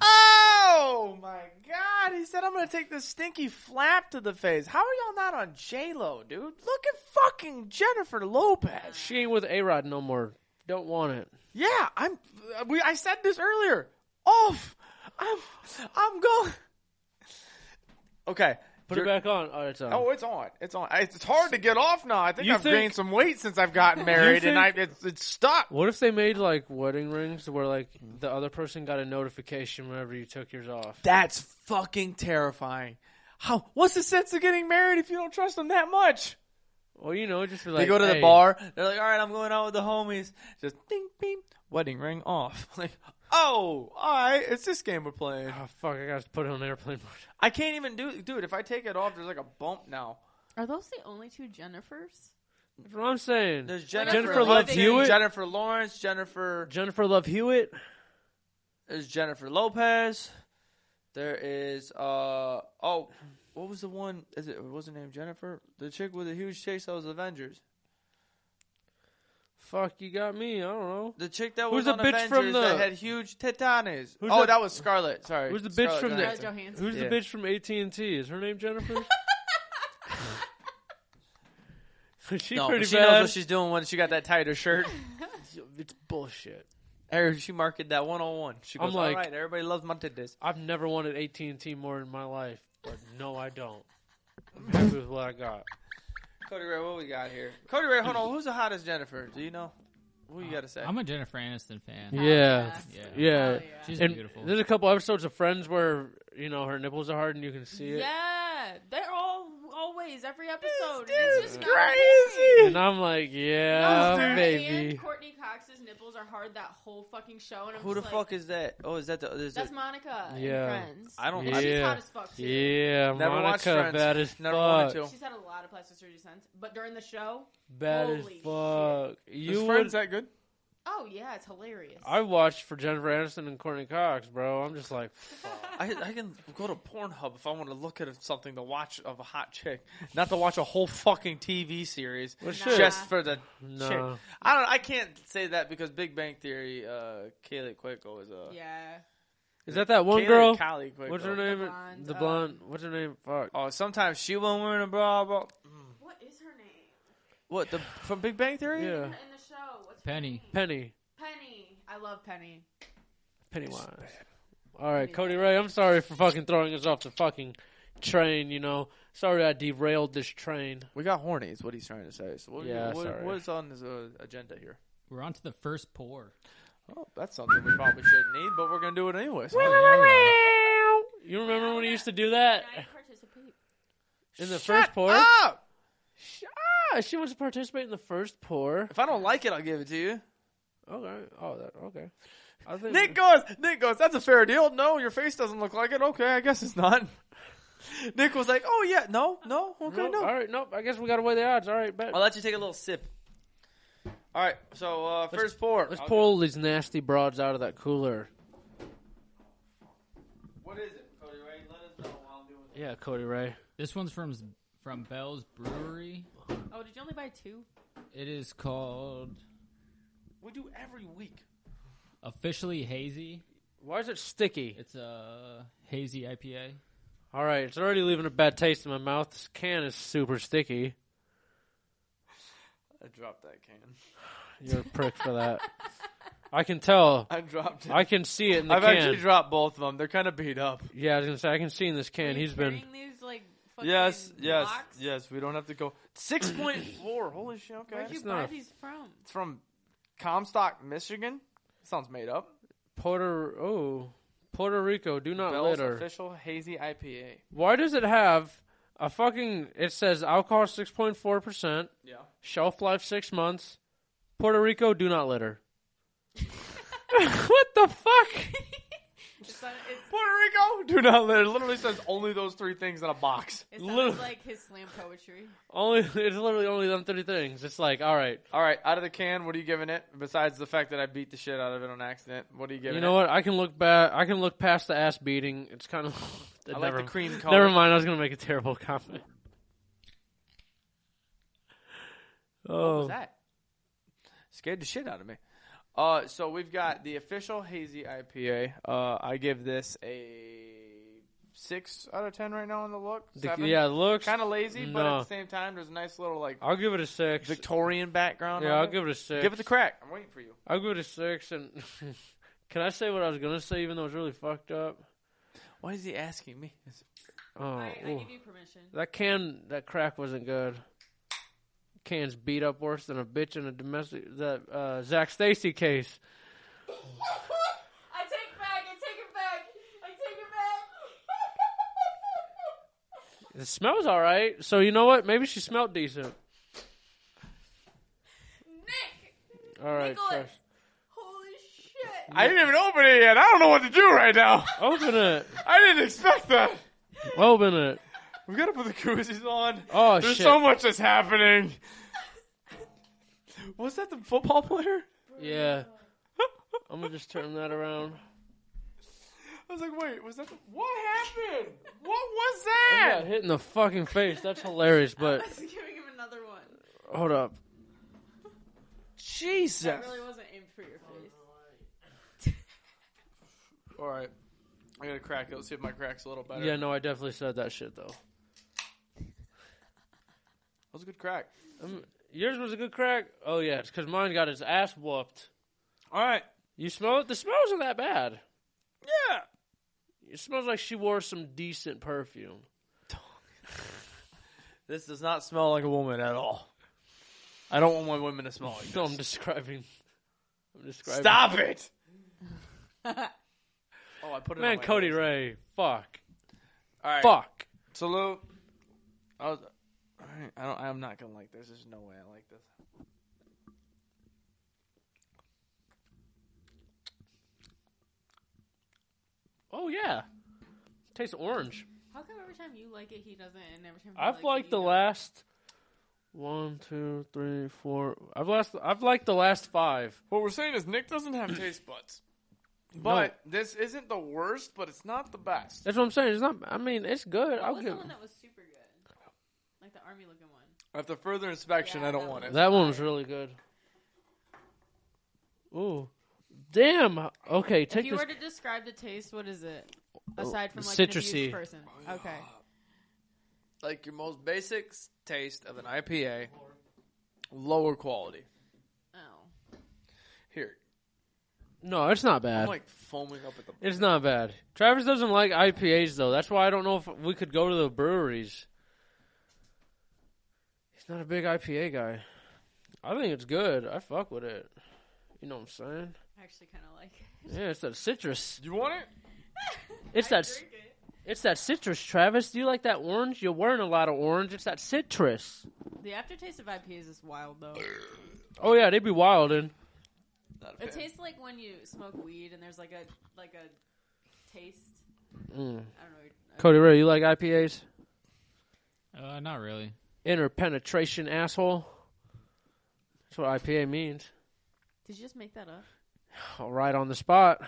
Oh my god, he said I'm gonna take this stinky flap to the face. How are y'all not on J Lo, dude? Look at fucking Jennifer Lopez. She ain't with A Rod no more. Don't want it. Yeah, I'm. We I said this earlier. Off. I'm. I'm going. Okay. Put You're- it back on. Oh, it's on. Oh, it's on. It's on. I- It's hard to get off now. I think You I've think- gained some weight since I've gotten married, and I think- it's, it's stuck. What if they made like wedding rings where like the other person got a notification whenever you took yours off? That's fucking terrifying. How? What's the sense of getting married if you don't trust them that much? Well, you know, just be like they go to the "Hey, bar. They're like, "All right, I'm going out with the homies." Just ding, ding, wedding ring off. Like, oh, all right, it's this game we're playing. Oh fuck! I got to put it on airplane mode. I can't even do, dude. If I take it off, there's like a bump now. Are those the only two Jennifers? That's what I'm saying. There's Jennifer, Jennifer Love Love Hewitt, Hewitt. Jennifer Lawrence, Jennifer. Jennifer Love Hewitt. There's Jennifer Lopez. There is uh oh, what was the one? Is it was her name Jennifer? The chick with the huge chase that was Avengers. Fuck, you got me. I don't know. The chick that was Who's on the bitch Avengers from that the- had huge titanes. Who's oh, the- that was Scarlet. Sorry. Who's the bitch Scarlett from the- Johansson. Johansson. Who's Yeah. the bitch from AT and T? Is her name Jennifer? she No, pretty she knows bad. what she's doing when she got that tighter shirt. it's bullshit. Eric, she marketed that 101. She goes, I'm like- all right, everybody loves my titties. I've never wanted AT and T more in my life, but no, I don't. I'm happy with what I got. Cody Ray, what we got here? Cody Ray, hold on. Who's the hottest Jennifer? Do you know? What you got to say? I'm a Jennifer Aniston fan. Yeah. Yeah. Yeah. Oh, Yeah. She's And beautiful. there's a couple episodes of Friends where you know her nipples are hard and you can see it, Yeah, they're all always every episode. This it's dude's just crazy. and I'm like, yeah, Not Oh, baby. And Courtney Cox's nipples are hard that whole fucking show, and I'm Who the just like, fuck is that? Oh, is that the? Is That's it- Monica. Yeah. Yeah, and Friends. I don't. And I, She's Yeah. hot as fuck too. Yeah, Never watched Monica, Friends. bad as Never wanted fuck. to. She's had a lot of plastic surgery since, but during the show, Bad as Holy fuck. You Is would. Friends that good? oh yeah, it's hilarious. I watched for Jennifer Aniston and Courtney Cox, bro. I'm just like, fuck. I, I can go to Pornhub if I want to look at something to watch of a hot chick, not to watch a whole fucking TV series Well, Nah. shit. just for the No. chick. I don't. I can't say that because Big Bang Theory. Uh, Kaylee Cuoco is a yeah, Is that that one Kaylee girl? Kylie Cuoco. What's her name? The blonde. uh, blonde, um, What's her name? Fuck. Oh, sometimes she won't wear a bra. bro. what is her name What the from Big Bang Theory? Yeah. in the show? What's her Penny. name? Penny. Penny. I love Penny. Pennywise. All right, Pennywise. Cody Ray. I'm sorry for fucking throwing us off the fucking train. You know, sorry I derailed this train. We got horny. Is what he's trying to say. So what, Yeah, what- sorry. what is on his uh, agenda here? We're on to the first pour. Oh, that's something we probably shouldn't need, but we're gonna do it anyways. You remember when he used to do that Can I participate? in the Shut first pour? up! Sh- Ah, she wants to participate in the first pour. If I don't like it, I'll give it to you. Okay. Oh, that, okay. I think Nick goes, Nick goes, that's a fair deal. No, your face doesn't look like it. Okay, I guess it's not. Nick was like, oh yeah, no, no, okay, Nope, no. All right. Nope. I guess we got to weigh the odds. All right. Bet. I'll let you take a little sip. All right, so uh, first pour. Let's I'll- pull these nasty broads out of that cooler. What is it, Cody Ray? Let us know while I'm doing Yeah, Cody Ray. This one's from from Bell's Brewery. Oh, did you only buy two? It is called it. We do every week. officially hazy. Why is it sticky? It's a hazy IPA. All right, it's already leaving a bad taste in my mouth. This can is super sticky. I dropped that can. You're a prick for that. I can tell. I dropped it. I can see it in the I've can. actually dropped both of them. They're kind of beat up. yeah, I was gonna say I can see in this Are can. you He's been. carrying these like fucking Yes, yes, blocks? yes. We don't have to go. 6.4. Holy shit, okay. Where'd you It's buy not a- these from? It's from Comstock, Michigan. Sounds made up. Puerto oh Puerto Rico, do not Bell's litter. official hazy IPA. Why does it have a fucking? It says alcohol six point four percent, Yeah. shelf life six months. Puerto Rico, do not litter. what the fuck? It's not, it's, Puerto Rico, do not litter. Literally says only those three things in a box. it Little- sounds like his slam poetry. Only it's literally only them three things. It's like all right. All right, out of the can, what are you giving it? Besides the fact that I beat the shit out of it on accident, what are you giving You know what? I can look back. I can look past the ass beating. It's kind of. I like never, the cream color. Never mind. I was gonna make a terrible comment. Oh, What was that? Scared the shit out of me. Uh, so we've got the official hazy IPA. Uh, I give this a six out of ten right now on the look. The- Seven. yeah, it looks. kind of lazy, but at No. the same time, there's a nice little like I'll give it a six. Victorian background. yeah, on I'll it. give it a six. Give it the crack. I'm waiting for you. I'll give it a six. And can I say what I was gonna say, even though it's really fucked up? Why is he asking me? It's- Oh, I, I ooh. give you permission. that can that crack wasn't good. Can's beat up worse than a bitch in a domestic that uh, Zach Stacy case. I take back. I take it back. I take it back. It smells all right, so you know what? Maybe she smelled decent. Nick, All right, Nicholas. Chris. holy shit! I didn't even open it yet. I don't know what to do right now. open it, I didn't expect that. open it. We gotta put the koozies on. Oh There's shit! so much that's happening. Was that the football player? yeah, I'm gonna just turn that around. I was like, wait, was that the, what happened? What was I that? got hit in the fucking face. That's hilarious. But I was giving him another one. hold up. Jesus. That really wasn't aimed for your face. All right. I gotta crack it. Let's see if my crack's a little better. Yeah, no, I definitely said that shit though. That was a good crack. Um, yours was a good crack. Oh yeah, it's because mine got his ass whooped. All right. You smell it? The smell isn't that bad. Yeah. It smells like she wore some decent perfume. This does not smell like a woman at all. I don't want my women to smell like No, I'm this. describing. I'm describing. Stop it. Oh, I put it on man, my Cody nose. Ray. Fuck. All right. Fuck. Salute. I was, I don't. I'm not gonna like this. There's no way I like this. Oh yeah, tastes orange. How come every time you like it, he doesn't, and every time I I've liked the last one, two, three, four. I've last. I've liked the last five. What we're saying is Nick doesn't have taste buds. But this isn't the worst, but it's not the best. That's what I'm saying. It's not. I mean, it's good. What I'll was give the one that was super good? Like the army looking one. After further inspection, Yeah, I don't that want it. that one was really good. Ooh, damn. Okay, If take you this. Oh, were to describe the taste, what is it? Aside from like an citrusy. abused person. Oh, Okay. Like your most basic s- taste of an IPA, lower quality. Oh. Here, No, it's not I'm bad. like foaming up at the. It's not bad. Travis doesn't like IPAs though. That's why I don't know if we could go to the breweries. He's not a big IPA guy. I think it's good. I fuck with it. You know what I'm saying? I actually kind of like it. Yeah, it's that citrus. You want it? It's I that drink it. it's that citrus, Travis. Do you like that orange? You're wearing a lot of orange. It's that citrus. The aftertaste of IPAs is wild, though. Oh yeah, they'd be wildin'. Not a It fan. tastes like when you smoke weed and there's like a like a taste. Mm. I don't know. Cody Ray, you like IPAs? Uh, not really. Interpenetration asshole. That's what IPA means. Did you just make that up? Right on the spot.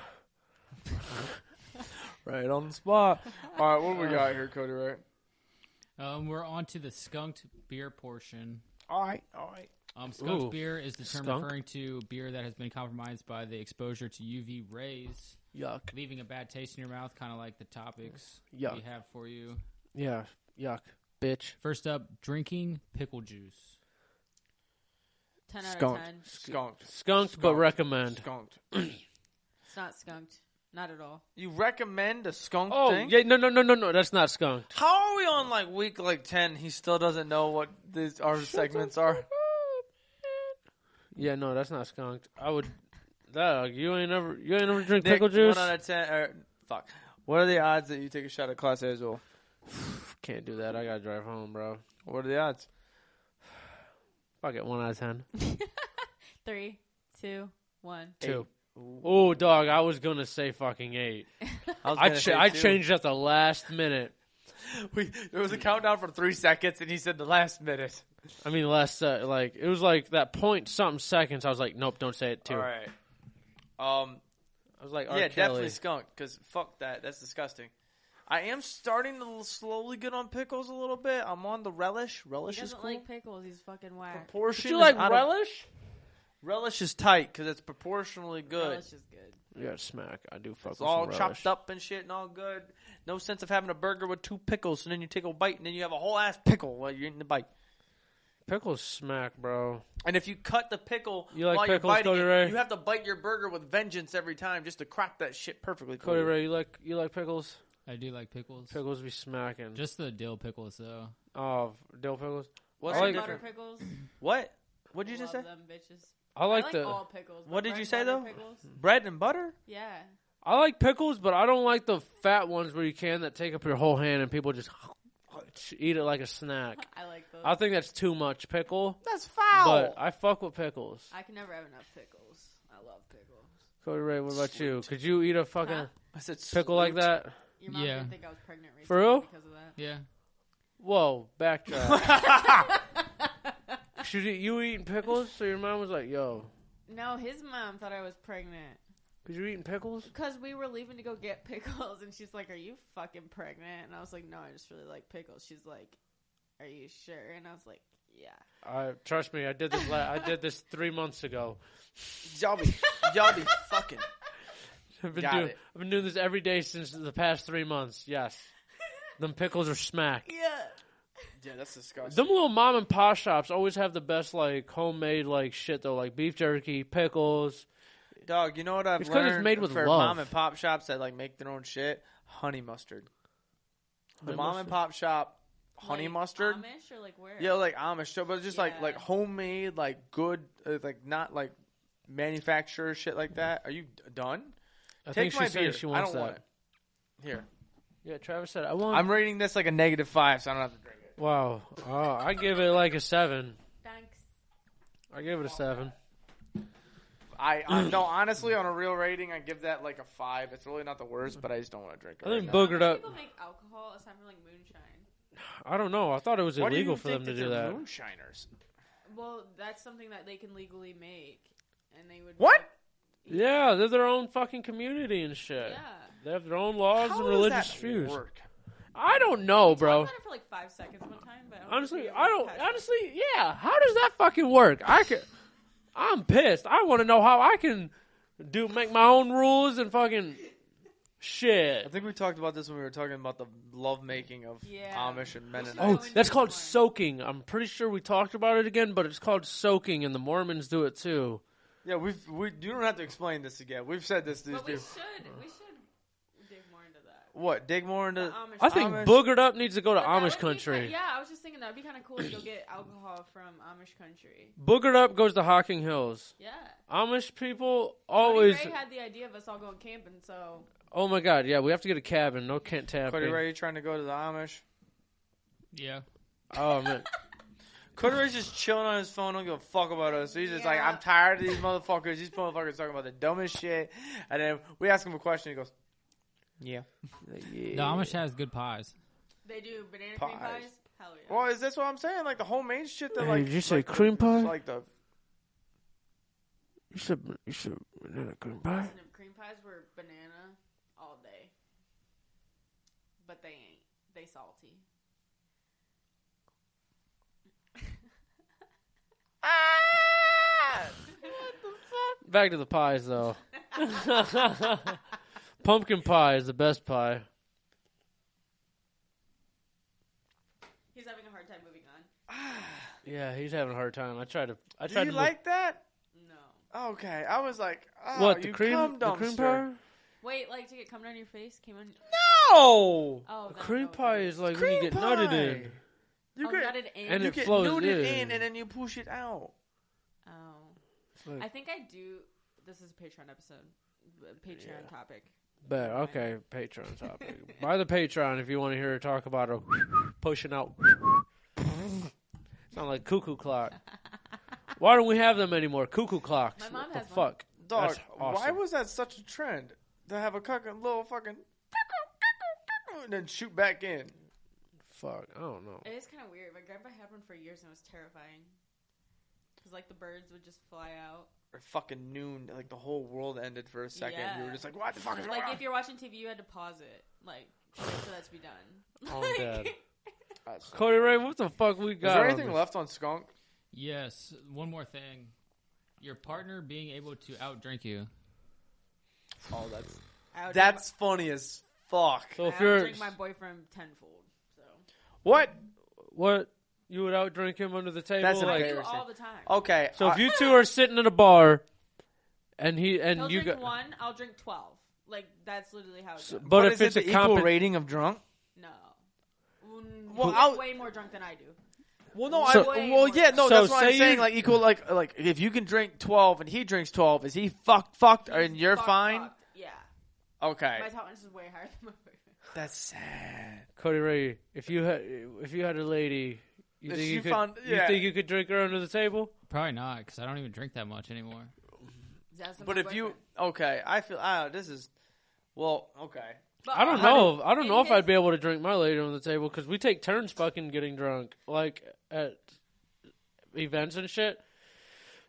right on the spot. All right, what do we got here, Cody? Right. Um, we're on to the skunked beer portion. All right. All right. Um, skunked Ooh. beer is the term Skunk? referring to beer that has been compromised by the exposure to UV rays, Yuck. leaving a bad taste in your mouth, kind of like the topics Yuck. we have for you. Yeah, yuck, bitch. First up, drinking pickle juice. Ten out Skunked. of ten. Skunked. Skunked, but Skunked. recommend. Skunked. It's not skunked. Not at all. You recommend a skunk Oh, thing? yeah, no, no, no, no, no. That's not skunked. How are we on like week like ten? He still doesn't know what these our segments are. Yeah, no, that's not skunked. I would. Dog, you ain't never, you ain't never drink Nick, pickle juice. One out of ten. Or, fuck. What are the odds that you take a shot at Class Azul? Can't do that. I gotta drive home, bro. What are the odds? Fuck it. One out of ten. Three, two, one. Two. Oh, dog. I was gonna say fucking eight. was I gonna ch- say I two. changed at the last minute. We, there was a countdown for three seconds, and he said the last minute. I mean, last uh, like it was like that point something seconds. I was like, nope, don't say it. Two. All right. Um. I was like, R. yeah, Kelly. definitely skunk. Cause fuck that. That's disgusting. I am starting to l- slowly get on pickles a little bit. I'm on the relish. He Relish is doesn't cool. like pickles. He's fucking whack. Proportion. Do you is like out of- relish? relish is tight because it's proportionally good. Relish is good. You got smack. I do fuck It's with all some relish. chopped up and shit and all good. No sense of having a burger with two pickles and then you take a bite and then you have a whole ass pickle while you're eating the bite. Pickles smack, bro. And if you cut the pickle You like while pickles, you're biting Cody it, Ray? you have to bite your burger with vengeance every time just to crop that shit perfectly. Cody Ray, you like you like pickles? I do like pickles. Pickles be smacking. Just the dill pickles though. oh, dill pickles. What's I the like- butter difference? pickles. What? What did you just Love say? Them bitches. I like, I like the all pickles. but What did you bread say, butter though? Pickles. Bread and butter? Yeah. I like pickles, but I don't like the fat ones where you can that take up your whole hand and people just eat it like a snack. I like those. I think that's too much pickle. That's foul. But I fuck with pickles. I can never have enough pickles. I love pickles. Cody Ray, what about you? Could you eat a fucking Huh? I said pickle like salute. that? Your mom Yeah. didn't think I was pregnant recently For real? because of that. Yeah. Whoa, backtrack. Should you, you eating pickles? So your mom was like, "Yo, No, his mom thought I was pregnant cause you eating pickles?" because we were leaving to go get pickles, and she's like, "Are you fucking pregnant?" And I was like, "No, I just really like pickles." She's like, "Are you sure?" And I was like, "Yeah." I trust me. I did this. La- I did this three months ago. Y'all be, y'all be fucking. I've been Got doing. it. I've been doing this every day since the past three months. Yes, them pickles are smack. Yeah. Yeah, that's disgusting. Them little mom and pop shops always have the best like homemade like shit though, like beef jerky, pickles. Dog, you know what I've It's 'cause learned it's made with for love. mom and pop shops that like make their own shit? Honey mustard. The Honey mom and mustard. pop shop honey Like mustard. Amish or like where? Yeah, like Amish, so- but just like Yeah. like homemade, like good, uh, like not like manufacturer shit like that. Are you d- done? I Take think my she's saying beer. she I wants don't that. want Here, Yeah, Travis said I want. I'm rating this like a negative five, so I don't have to drink it. wow, oh, I give it like a seven. Thanks. I give it a seven. I, I no, honestly, on a real rating, I give that like a five. It's really not the worst, but I just don't want to drink it. I think right now. Boogered How up. much people make alcohol aside from like moonshine? I don't know. I thought it was Why do you illegal for think them to that do they're that. Moonshiners. Well, that's something that they can legally make, and they would What? Yeah, they're their own fucking community and shit. Yeah. They have their own laws How and does religious that views. work? I don't know, Bro. I bro. about it for like five seconds one time, but I don't Honestly, think we I ever don't. touched it. Honestly, yeah. How does that fucking work? I could. I'm pissed. I want to know how I can do make my own rules and fucking I shit. think we talked about this when we were talking about the love making of Yeah. Amish and Mennonites. Oh, Go into that's it called more. soaking. I'm pretty sure we talked about it again, but it's called soaking, and the Mormons do it too. yeah, we've we you don't have to explain this again. We've said this to these But we people. should we should dig more into that. What? Dig more into The Amish I think Amish- boogered up needs to go to But that would Amish be country. ki- yeah, I was just thinking that would be kind of cool to go get alcohol from Amish country. Boogered up goes to Hocking Hills. Yeah, Amish people Cody always. Ray had the idea of us all going camping, so Oh my god, yeah, we have to get a cabin. No can't tap. Cody in. Ray, you trying to go to the Amish? Yeah. Oh man. Cody Ray's just chilling on his phone. Don't give a fuck about us. He's just like, Yeah. I'm tired of these motherfuckers. These motherfuckers talking about the dumbest shit. And then we ask him a question. He goes, Yeah. yeah. The Amish has good pies. they do banana Pies. cream pies. Hell yeah! Well, is this what I'm saying? Like the homemade shit that Hey, like did you say like, cream pie? Like the You said you said banana cream pie. Listen, if cream pies were banana all day, but they ain't. They salty. Ah! Back to the pies though. Pumpkin pie is the best pie. He's having a hard time moving on. Yeah, he's having a hard time. I tried to. I Do tried you to like that? No. Okay. I was like, oh, look- what the you cream cum the cream pie? dumpster. Wait, like to get cum on your face? Came on. No. Oh, A that's cream how it pie goes. is like when Cream you get pie. nutted in. You oh, get nutted in. and you it get flows nuded in. in and then you push it out. oh, It's like, I think I do. This is a Patreon episode. a Patreon topic. bet okay, Patreon topic. Buy the Patreon if you want to hear her talk about her pushing out. Sound like cuckoo clock. Why don't we have them anymore? Cuckoo clocks. My mom what has the one. fuck? Dog, That's awesome. why was that such a trend to have a cucking little fucking and then shoot back in? Fuck, I don't know. It is kind of weird. My grandpa had one for years and it was terrifying. Because like the birds would just fly out. Or fucking noon, like the whole world ended for a second. You were Yeah. just like, what the fuck is going Like on? if you're watching TV, you had to pause it. Like for that to be done. I'm Like, dead. Is Cody Ray, what the fuck we got? there on anything this? left on skunk? Yes. One more thing. Your partner being able to outdrink you. Oh, that's I would that's funny as fuck. So drink- if I would you're drink my boyfriend tenfold. So what what you would outdrink him under the table? That's like, I do embarrassing. all the time. Okay, so I- if you two are sitting in a bar, and he and He'll you drink got, one. I'll drink twelve. Like that's literally how. It goes. but, but, if is it's it a the equal comp- rating of drunk? No. Mm, Well, you I'll- get way more drunk than I do. Well, no, So- I, Way well, more yeah, no, so that's what I'm say you- saying. Like equal, like like if you can drink twelve and he drinks twelve, is he fuck fucked and you're Fuck, fine? fuck. Yeah. Okay, My tolerance is way higher than my boyfriend. that's sad. Cody Ray, if you had if you had a lady, you If think she you, could, found- yeah. you think you could drink her under the table? Probably not, because I don't even drink that much anymore. That's my But if you boyfriend. okay, I feel I don't, this is well okay. But I don't how do- know. I don't in know if his- I'd be able to drink my lady on the table because we take turns fucking getting drunk, like at events and shit.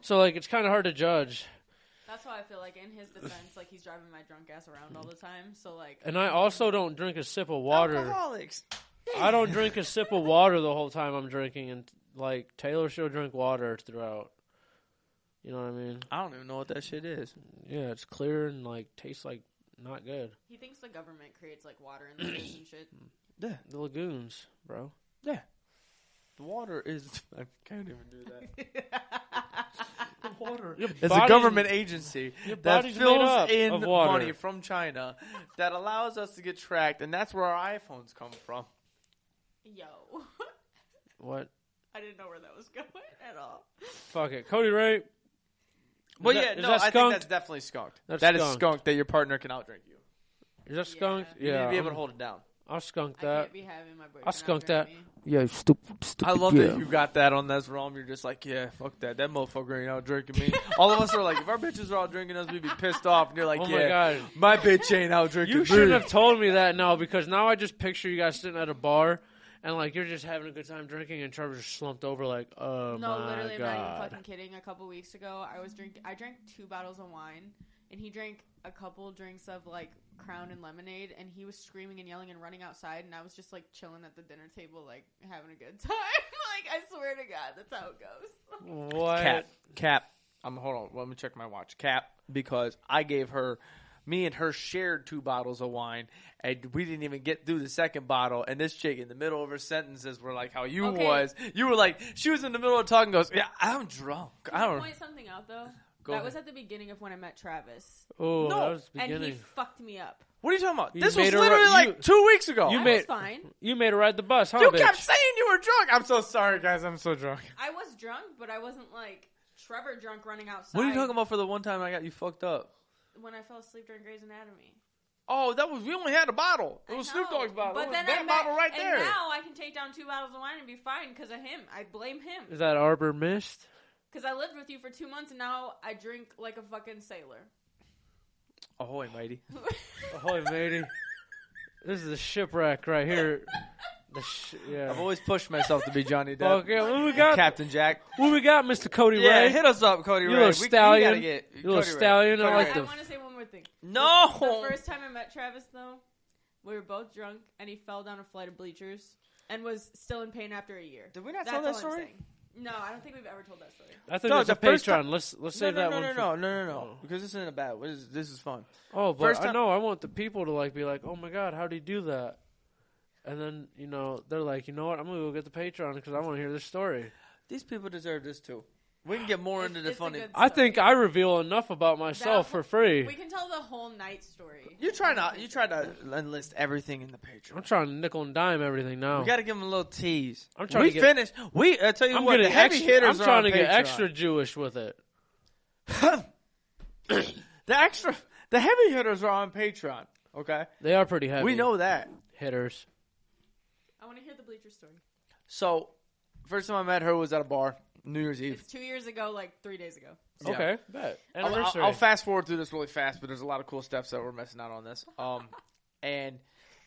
So like, it's kind of hard to judge. That's why I feel like in his defense, like he's driving my drunk ass around all the time. So like, And I also don't drink a sip of water. Alcoholics. I don't drink a sip of water the whole time I'm drinking, and like Taylor, she'll drink water throughout. You know what I mean? I don't even know what that shit is. Yeah, it's clear and like tastes like not good. he thinks the government creates like water in the and shit. Yeah, The lagoons, bro. the water is. I can't even do that. the Water. Your It's a body's- government agency that body's made fills up in of water. money from China that allows us to get tracked, and that's where our iPhones come from. Yo, What? I didn't know where that was going at all. Fuck it, Cody Ray. Well, that- yeah, is no, that I think skunked? that's definitely skunked. That's That's skunked. skunked. that your partner can outdrink you. Is that Yeah. skunked? You need Yeah, to be able I'm- to hold it down. I'll skunk I that. can't be having my boyfriend. I skunked that. out driving me. Yeah, stupid, stupid. I love that you got that on this realm. You're just like, yeah, fuck that. That motherfucker ain't out drinking me. all of us are like, if our bitches were out drinking us, we'd be pissed off. And you're like, Oh my yeah, god. my, bitch ain't out drinking You me. shouldn't have told me that now because now I just picture you guys sitting at a bar and like you're just having a good time drinking and Trevor's just slumped over like, oh no, my literally, I'm not even god. fucking kidding. A couple weeks ago, I was drink. I drank two bottles of wine, and he drank a couple drinks of like Crown and lemonade, and he was screaming and yelling and running outside, and I was just like chilling at the dinner table, like having a good time. like I swear to God, that's how it goes. What? Cap, cap. I'm hold on. Let me check my watch. Cap, because I gave her, me and her shared two bottles of wine, and we didn't even get through the second bottle. And this chick in the middle of her sentences were like, "How you Okay. was? You were like, she was in the middle of talking. Goes, yeah, I'm drunk. I Can I don't. point something out though. Go that ahead. was at the beginning of when I met Travis, Oh, No, that was the and he beginning. fucked me up. What are you talking about? You this was made her- literally you- like two weeks ago. you I made- was fine. You made her ride the bus, huh, You bitch? kept saying you were drunk. I'm so sorry, guys. I'm so drunk. I was drunk, but I wasn't like Trevor drunk running outside. What are you talking about for the one time I got you fucked up? When I fell asleep during Grey's Anatomy. Oh, that was we only had a bottle. It I was know, Snoop Dogg's bottle. But It was then I that met- bottle right and there. now I can take down two bottles of wine and be fine because of him. I blame him Is that Arbor Mist? because I lived with you for two months and now I drink like a fucking sailor. Ahoy, matey. Ahoy, matey. This is a shipwreck right here. The sh- yeah. I've always pushed myself to be Johnny Depp. Okay, what we got? Captain Jack. What we got, Mr. Cody Yeah, Ray? hit us up, Cody You Ray. little We- we stallion. gotta get You little Cody Ray. stallion. I Cody like Ray. I the- want to say one more thing. No. The first time I met Travis though, we were both drunk and he fell down a flight of bleachers and was still in pain after a year. Did we not That's tell that all I'm story? saying. No, I don't think we've ever told that story. I think No, it's the a first Patreon. time- Let's let's No, save no, that no, one. no, for- no, no, no, no. Because this isn't a bad. This is, this is fun. Oh, but First I time- know I want the people to like be like, "Oh my god, how'd he do that?" And then you know they're like, "You know what? I'm gonna go get the Patreon because I want to hear this story." These people deserve this too. We can get more It's- into the it's a funny. good- I think I reveal enough about myself That- for free. We can tell the whole night story. You try not. You try to enlist everything in the I'm Patreon. trying to nickel and dime everything now. We got to give them a little tease. I'm trying we to get- finished. We I tell you I'm what, gonna the heavy extra- hitters I'm are trying on to get Patreon. extra Jewish with it. the extra, the heavy hitters are on Patreon. Okay, They are pretty heavy. we know that. hitters. I want to hear the bleacher story. So, first time I met her was at a bar, New Year's Eve. It's two years ago, like three days ago. Yeah. Okay, bet I'll- I'll, anniversary. I'll fast forward through this really fast, but there's a lot of cool steps that we're missing out on this. Um, and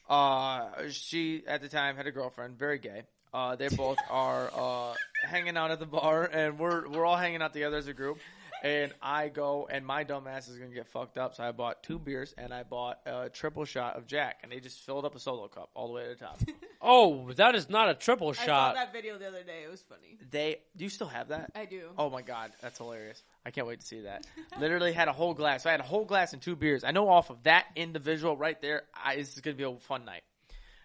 uh, she at the time had a girlfriend, very gay. Uh, they both are uh, hanging out at the bar, and we're we're all hanging out together as a group. and I go, and my dumb ass is gonna get fucked up. So I bought two beers and I bought a triple shot of Jack, and they just filled up a solo cup all the way to the top. Oh, that is not a triple I saw shot. that video the other day. It was funny. they, do you still have that? I do. Oh my god, that's hilarious! I can't wait to see that. Literally had a whole glass. So I had a whole glass and two beers. I know off of that individual right there, I, this is gonna be a fun night.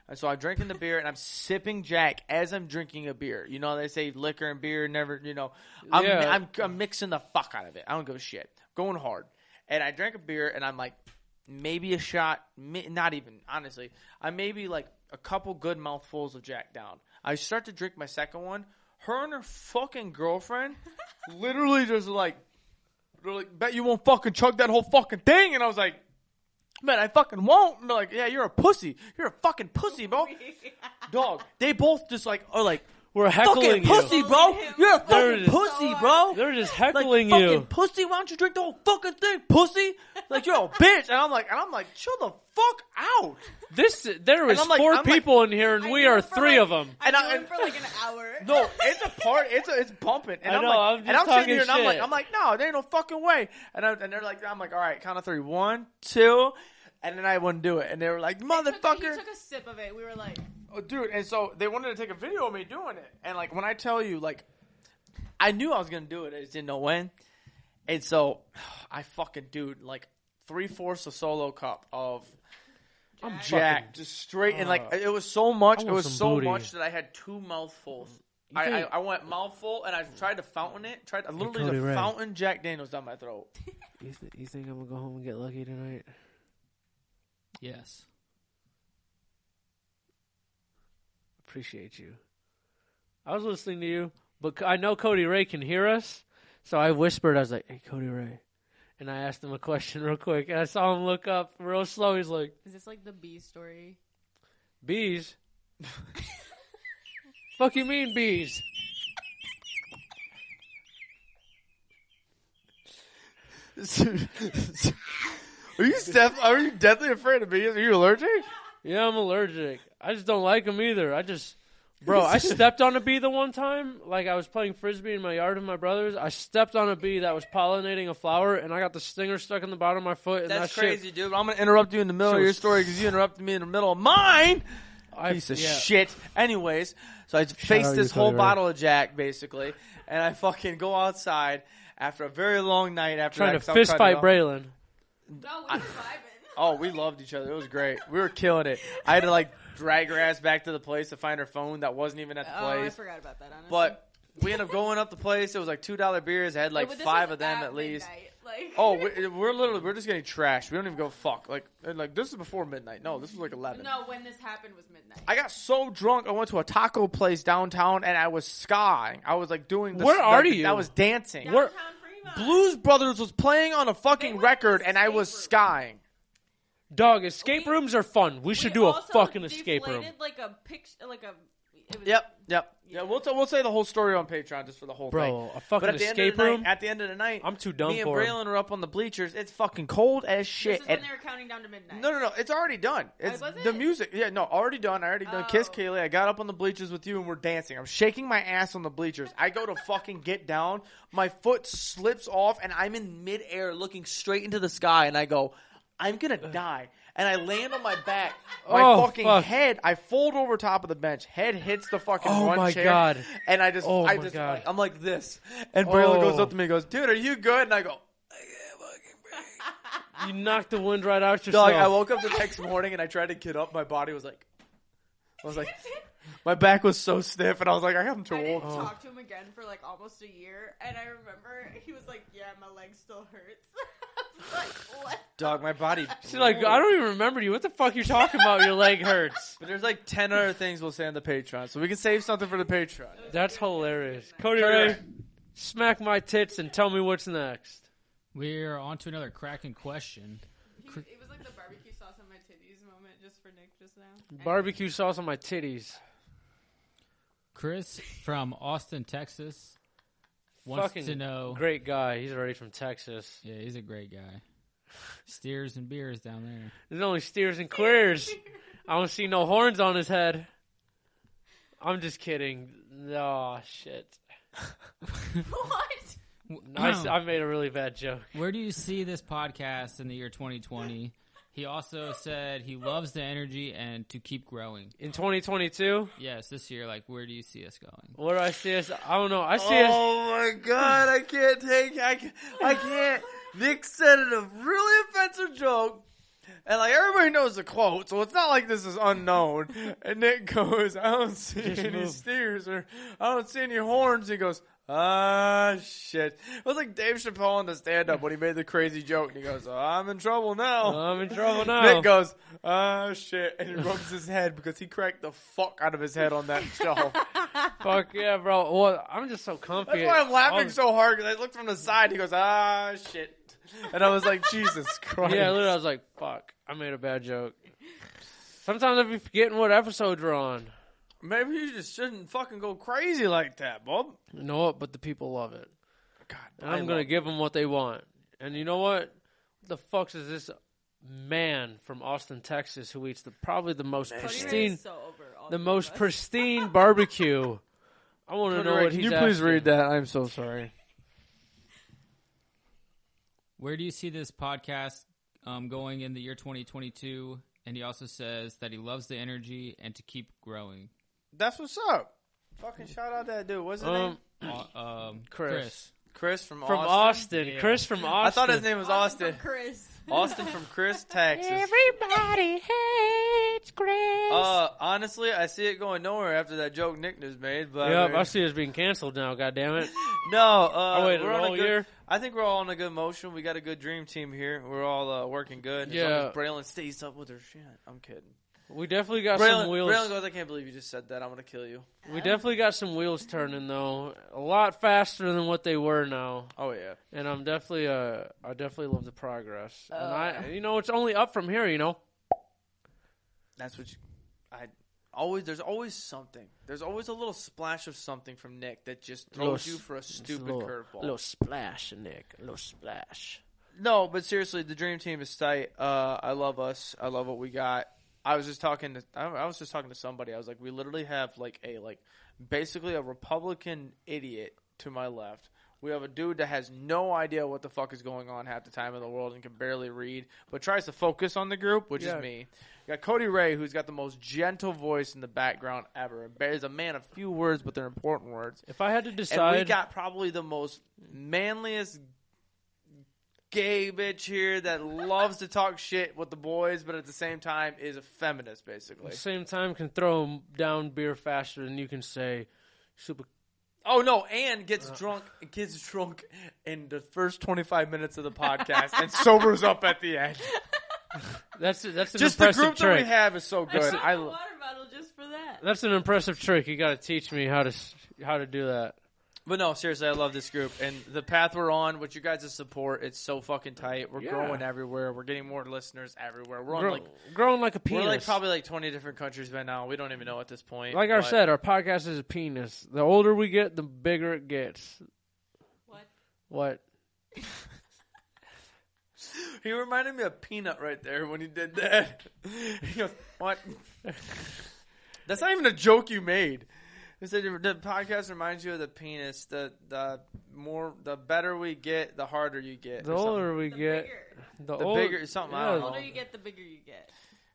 And so I'm drinking the beer and I'm sipping Jack as I'm drinking a beer. You know they say liquor and beer never. You know, I'm Yeah. I'm, I'm mixing the fuck out of it. I don't give a shit. Going hard. And I drank a beer and I'm like, maybe a shot, mi- not even honestly. I maybe like a couple good mouthfuls of Jack down. I start to drink my second one. Her and her fucking girlfriend, literally just like, they're like, bet you won't fucking chug that whole fucking thing. And I was like, man, I fucking won't. And they're like, yeah, you're a pussy. You're a fucking pussy, bro. Dog. They both just like are like We're heckling fucking you. pussy, bro. Him. You're a There it fucking is. pussy, So bro. They're just like heckling fucking you. pussy. Why don't you drink the whole fucking thing, pussy? Like you're a bitch. And I'm like, and I'm like, chill the fuck out. This there is I'm like- four I'm like- people in here, and I we do are it for, three like- of them. I And do I- it for like an hour. No, it's a part. It's a, it's bumping. And I am know, like, I'm and I'm just sitting here and talking I'm like, shit. I'm like, no, there ain't no fucking way. And I, and they're like, I'm like, all right, count of three, one, two, and then I wouldn't do it. And they were like, Took, he motherfucker. took a sip of it. We were like, Oh, dude, and so they wanted to take a video of me doing it. And like when I tell you, like I knew I was gonna do it, I just didn't know when. And so I fucking dude, like three fourths a solo cup of I'm Jack, fucking- just straight and like uh, it was so much, I it want was some so booty. much that I had two mouthfuls. You I, I, think- I went mouthful and I tried to fountain it. Tried I literally Cody the Ray. fountain Jack Daniels down my throat. You, th- you think I'm gonna go home and get lucky tonight? Yes. Appreciate you. I was listening to you, but c- I know Cody Ray can hear us, so I whispered. I was like, "Hey, Cody Ray," and I asked him a question real quick, and I saw him look up real slow. He's like, "Is this like the bee story?" "Bees." Fuck you mean bees? are you Steph? Are you deathly afraid of bees? Are you allergic? Yeah, I'm allergic. I just don't like them either. I just, bro, I stepped on a bee the one time. Like I was playing frisbee in my yard with my brothers. I stepped on a bee that was pollinating a flower, and I got the stinger stuck in the bottom of my foot. And That's that crazy, Shit, dude. But I'm gonna interrupt you in the middle of Shit your was- story because you interrupted me in the middle of mine. I, Piece of yeah. shit. Anyways, so I out faced this you, whole Cody Ray. bottle of Jack basically, and I fucking go outside after a very long night after Trying that, to 'cause I'm fist trying fight to- Braylon. No, we were vibing. Oh, we loved each other. It was great. We were killing it. I had to like drag her ass back to the place to find her phone that wasn't even at the Oh, I place. forgot about that. Honestly, But we ended up going up the place. It was like two dollar beers. I had like But this five was of them at at least. midnight, Like, Oh, we- we're literally we're just getting trashed. We don't even go fuck. Like and, like this is before midnight. No, this was like eleven. no, when this happened was midnight. I got so drunk. I went to a taco place downtown and I was skying. I was like doing. The, Where are like, you? I was dancing. Where- Downtown Fremont. Blues Brothers was playing on a They fucking went record to the and I escape was room. skying. Dog, escape We- rooms are fun. We should We do a also fucking escape room. deflated, Like a picture, like a. It was, Yep, yep. Yeah, Yeah. we'll t- we'll say the whole story on Patreon just for the whole thing. Bro, a fucking But at the end of escape the room. night, at the end of the night, I'm too dumb me and for 'em. Braylon are up on the bleachers. It's fucking cold as This shit. is And when they were counting down to midnight. no, no, no. It's already done. It's was the it? music. Yeah, no, already done. I already done. Oh. Kiss Kaylee. I got up on the bleachers with you, and we're dancing. I'm shaking my ass on the bleachers. I go to fucking get down. My foot slips off, and I'm in midair, looking straight into the sky, and I go, "I'm gonna die." And I land on my back. My Oh, fucking fuck. head. I fold over top of the bench. Head hits the fucking Oh one my chair. God. And I just, Oh I my just, God. I'm like this. And Braylon goes Oh. up to me, and goes, "Dude, are you good?" And I go, you knocked the wind right out yourself. Dog, I woke up the next morning and I tried to get up. My body was like, I was like, my back was so stiff, and I was like, I'm too I didn't old. Oh. talk to him again for like almost a year, and I remember he was like, "Yeah, my leg still hurts." I was like, what? Dog, my body. She's like, I don't even remember you. What the fuck you talking about? Your leg hurts. But there's like ten other things we'll say on the Patreon, so we can save something for the Patreon. That's hilarious. Cody Cody Ray, Ray. smack my tits and tell me what's next. We're on to another cracking question. He, it was like the barbecue sauce on my titties moment, just for Nick just now. Barbecue sauce on my titties. Chris from Austin, Texas, wants Fucking to Oh. know. Great guy. He's already from Texas. Yeah, he's a great guy. Steers and beers down there. There's only steers and queers. I don't see no horns on his head. I'm just kidding. Oh shit. what? I, s- I made a really bad joke. Where do you see this podcast in the year 2020? He also said he loves the energy and to keep growing. In 2022, Yes, this year, like, where do you see us going? what do I see us? I don't know. I see us. Oh my god, I can't take I can't, I can't. Nick said a really offensive joke. And like everybody knows the quote, so it's not like this is unknown. And Nick goes, I don't see Just any move. steers or I don't see any horns. He goes, Ah shit. It was like Dave Chappelle in the stand up when he made the crazy joke and he goes, I'm in trouble now. I'm in trouble now. Oh. Nick goes, ah, shit, and he rubs his head because he cracked the fuck out of his head on that show. That's Fuck yeah, bro. Well, I'm just so comfy. why I'm laughing Oh, so hard because I looked from the side. He goes, ah, shit, and I was like, Jesus Christ. Yeah, literally, I was like, "Fuck, I made a bad joke." Sometimes I be forgetting what episode we're on. Maybe you just shouldn't fucking go crazy like that, Bob. You know what? But the people love it, God, and I'm gonna give them what they want. And you know what? What the fuck is this man from Austin, Texas, who eats the probably the most Cody Ray pristine, is so over all the three of most us. pristine barbecue? I want to know what Can he's you please after. read that? I'm so sorry. Where do you see this podcast um, going in the year 2022? And he also says that he loves the energy and to keep growing. That's what's up. Fucking shout out that dude. What's his name? Um, Au- um, Chris. Chris from from Austin, Yeah. Chris from Austin. I thought his name was Austin Austin. from Chris. Austin from Chris, Texas. Everybody hates Chris. Uh, honestly, I see it going nowhere after that joke Nick just made. But Yep, mean- I see it's being canceled now. Oh, God damn it! No, uh, I waited we're on all a good, year. I think we're all on a good motion. We got a good dream team here. We're all uh, working good. As long Yeah. as Braylon stays up with her shit. I'm kidding. We definitely got Braylon, some wheels. Braylon goes, I can't believe you just said that. I'm gonna kill you. we definitely got some wheels turning though. A lot faster than what they were now, Oh yeah. and I'm definitely uh, I definitely love the progress. and Uh. I, you know, it's only up from here. You know, That's what you, I always. There's always something. There's always a little splash of something from Nick that just Little throws you s- for a It's a stupid little- curveball. little splash, Nick. A little splash. No, but seriously, the dream team is tight. Uh, I love us. I love what we got. I was just talking to I- I was just talking to somebody. I was like, we literally have like a like basically a Republican idiot to my left. We have a dude that has no idea what the fuck is going on half the time in the world and can barely read, but tries to focus on the group, which Yeah. is me. You got Cody Ray, who's got the most gentle voice in the background ever. Is a man of few words, but they're important words. If I had to And we decide, got probably the most manliest gay bitch here that loves to talk shit with the boys, but at the same time is a feminist, at basically. the same time, can throw 'em down beer faster than you can say super Oh no, and Uh. gets drunk, gets drunk in the first twenty five minutes of the podcast, and sobers up at the end. That's that's an Just the impressive group that trick. we have is so good. I I, brought a lo- water bottle just for that. That's an impressive trick. You got to teach me how to s- how to do that. but no, seriously, I love this group and the path we're on. With you guys' support, it's so fucking tight. We're Yeah. growing everywhere. We're getting more listeners everywhere. We're on Grow- like growing like a penis. We're like probably like twenty different countries by now. We don't even know at this point. Like I but- said, our podcast is a penis. The older we get, the bigger it gets. What? What? he reminded me of Peanut right there when he did that. he goes, "What? That's not even a joke you made." He said the podcast reminds you of the penis. The the more the better we get, the harder you get. The or something. older we The get, bigger. the, The old- bigger- something, I The don't older know. you get, the bigger you get.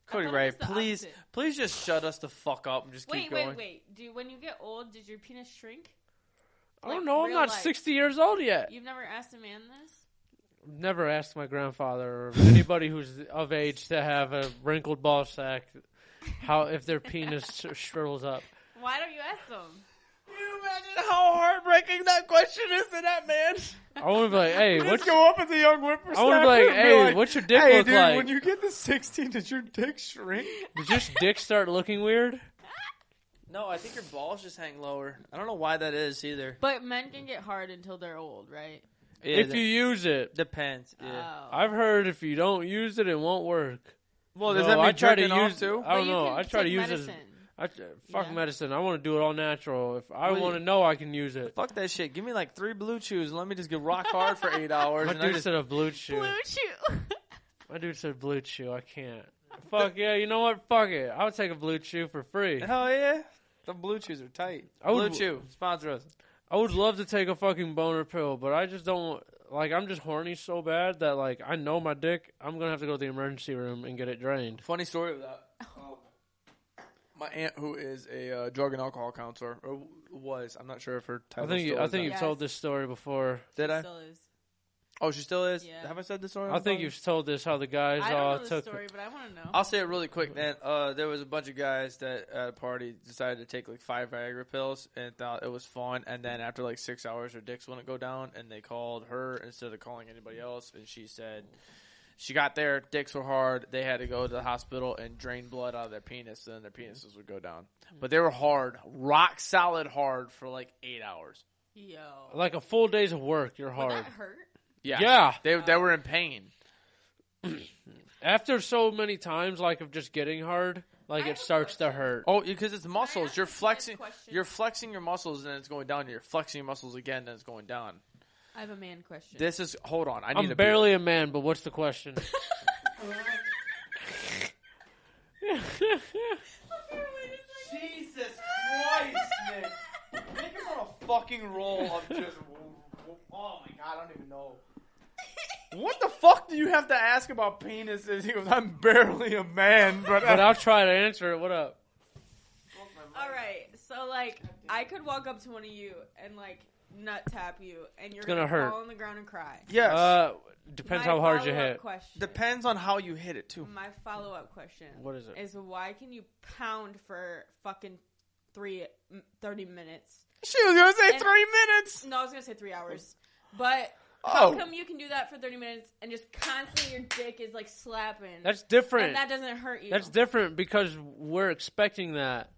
Cody I thought it Ray, was the please opposite. please just shut us the fuck up and just Wait, keep going. wait, wait. Do when you get old, did your penis shrink? I Oh, don't Like, know. I'm real not life. 60 years old yet. You've never asked a man this. Never asked my grandfather or anybody who's of age to have a wrinkled ball sack how if their penis shriveled up. Why don't you ask them? Can you imagine how heartbreaking that question is to that man? I want to be like, hey, You what's just go up as a young whippersnapper. I wanna be like, and be "Hey, what's your dick hey, look dude, like?" When you get to 16, did your dick shrink? did your dick start looking weird? No, I think your balls just hang lower. I don't know why that is either. But men can get hard until they're old, right? if you use it, depends. Yeah. Oh. I've heard if you don't use it, it won't work. well, does No, that mean I try to jerking off use- too? I But don't you know. can I try to take use it as- medicine. I fuck Yeah. medicine. I want to do it all natural. If I Well, you- want to know, I can use it. Fuck that shit. Give me like three blue chews and let me just get rock hard for eight hours. My and I dude just- said a blue chew. Blue chew. My dude said blue chew. I can't. Fuck yeah. You know what? Fuck it. I would take a blue chew for free. Hell yeah. The blue chews are tight. I would- blue chew, sponsor us. I would love to take a fucking boner pill, but I just don't like. I'm just horny so bad that like I know my dick. I'm gonna have to go to the emergency room and get it drained. Funny story of that. Oh. Um, my aunt, who is a uh, drug and alcohol counselor, or w- was, I'm not sure if her I title. think you, still I is think that. you've Yes. told this story before. Did I? Still is. Oh, she still is. Yeah. Have I said this story? on I the think podcast? you've told this how the guys I all don't know the took. story, but I want to know. I'll say it really quick, man. Uh, there was a bunch of guys that at a party decided to take like five Viagra pills and thought it was fun. And then after like six hours, their dicks wouldn't go down, and they called her instead of calling anybody else. And she said she got there, dicks were hard. They had to go to the hospital and drain blood out of their penis, and then their penises would go down. But they were hard, rock solid hard for like eight hours. Yo, Like a full day's of work, you're would hard. that hurt? Yeah, Yeah. They they were in pain. After so many times, like of just getting hard, like I it have a starts to question. hurt. Oh, because it's muscles. ask You're you guys flexing. questions? You're flexing your muscles, and it's going down. You're flexing your muscles again, and it's going down. I have a man question. This is hold on. I need I'm a barely a man, but what's the question? Jesus Christ, Nick! Nick is on a fucking roll of just. Oh my god, I don't even know. What the fuck do you have to ask about penises? He goes, I'm barely a man, but, but I'll try to answer it. What up? All right, so like I could walk up to one of you and like nut tap you, and you're gonna hurt. fall on the ground and cry. Yes, Uh, depends My how hard you follow-up hit. Question. depends on how you hit it too. My follow up question What is it? is why can you pound for fucking three m- 30 minutes? She was gonna say And- three minutes. No, I was gonna say three hours, but how Oh, come you can do that for 30 minutes and just constantly your dick is like slapping? That's different. and that doesn't hurt you. That's different because we're expecting that.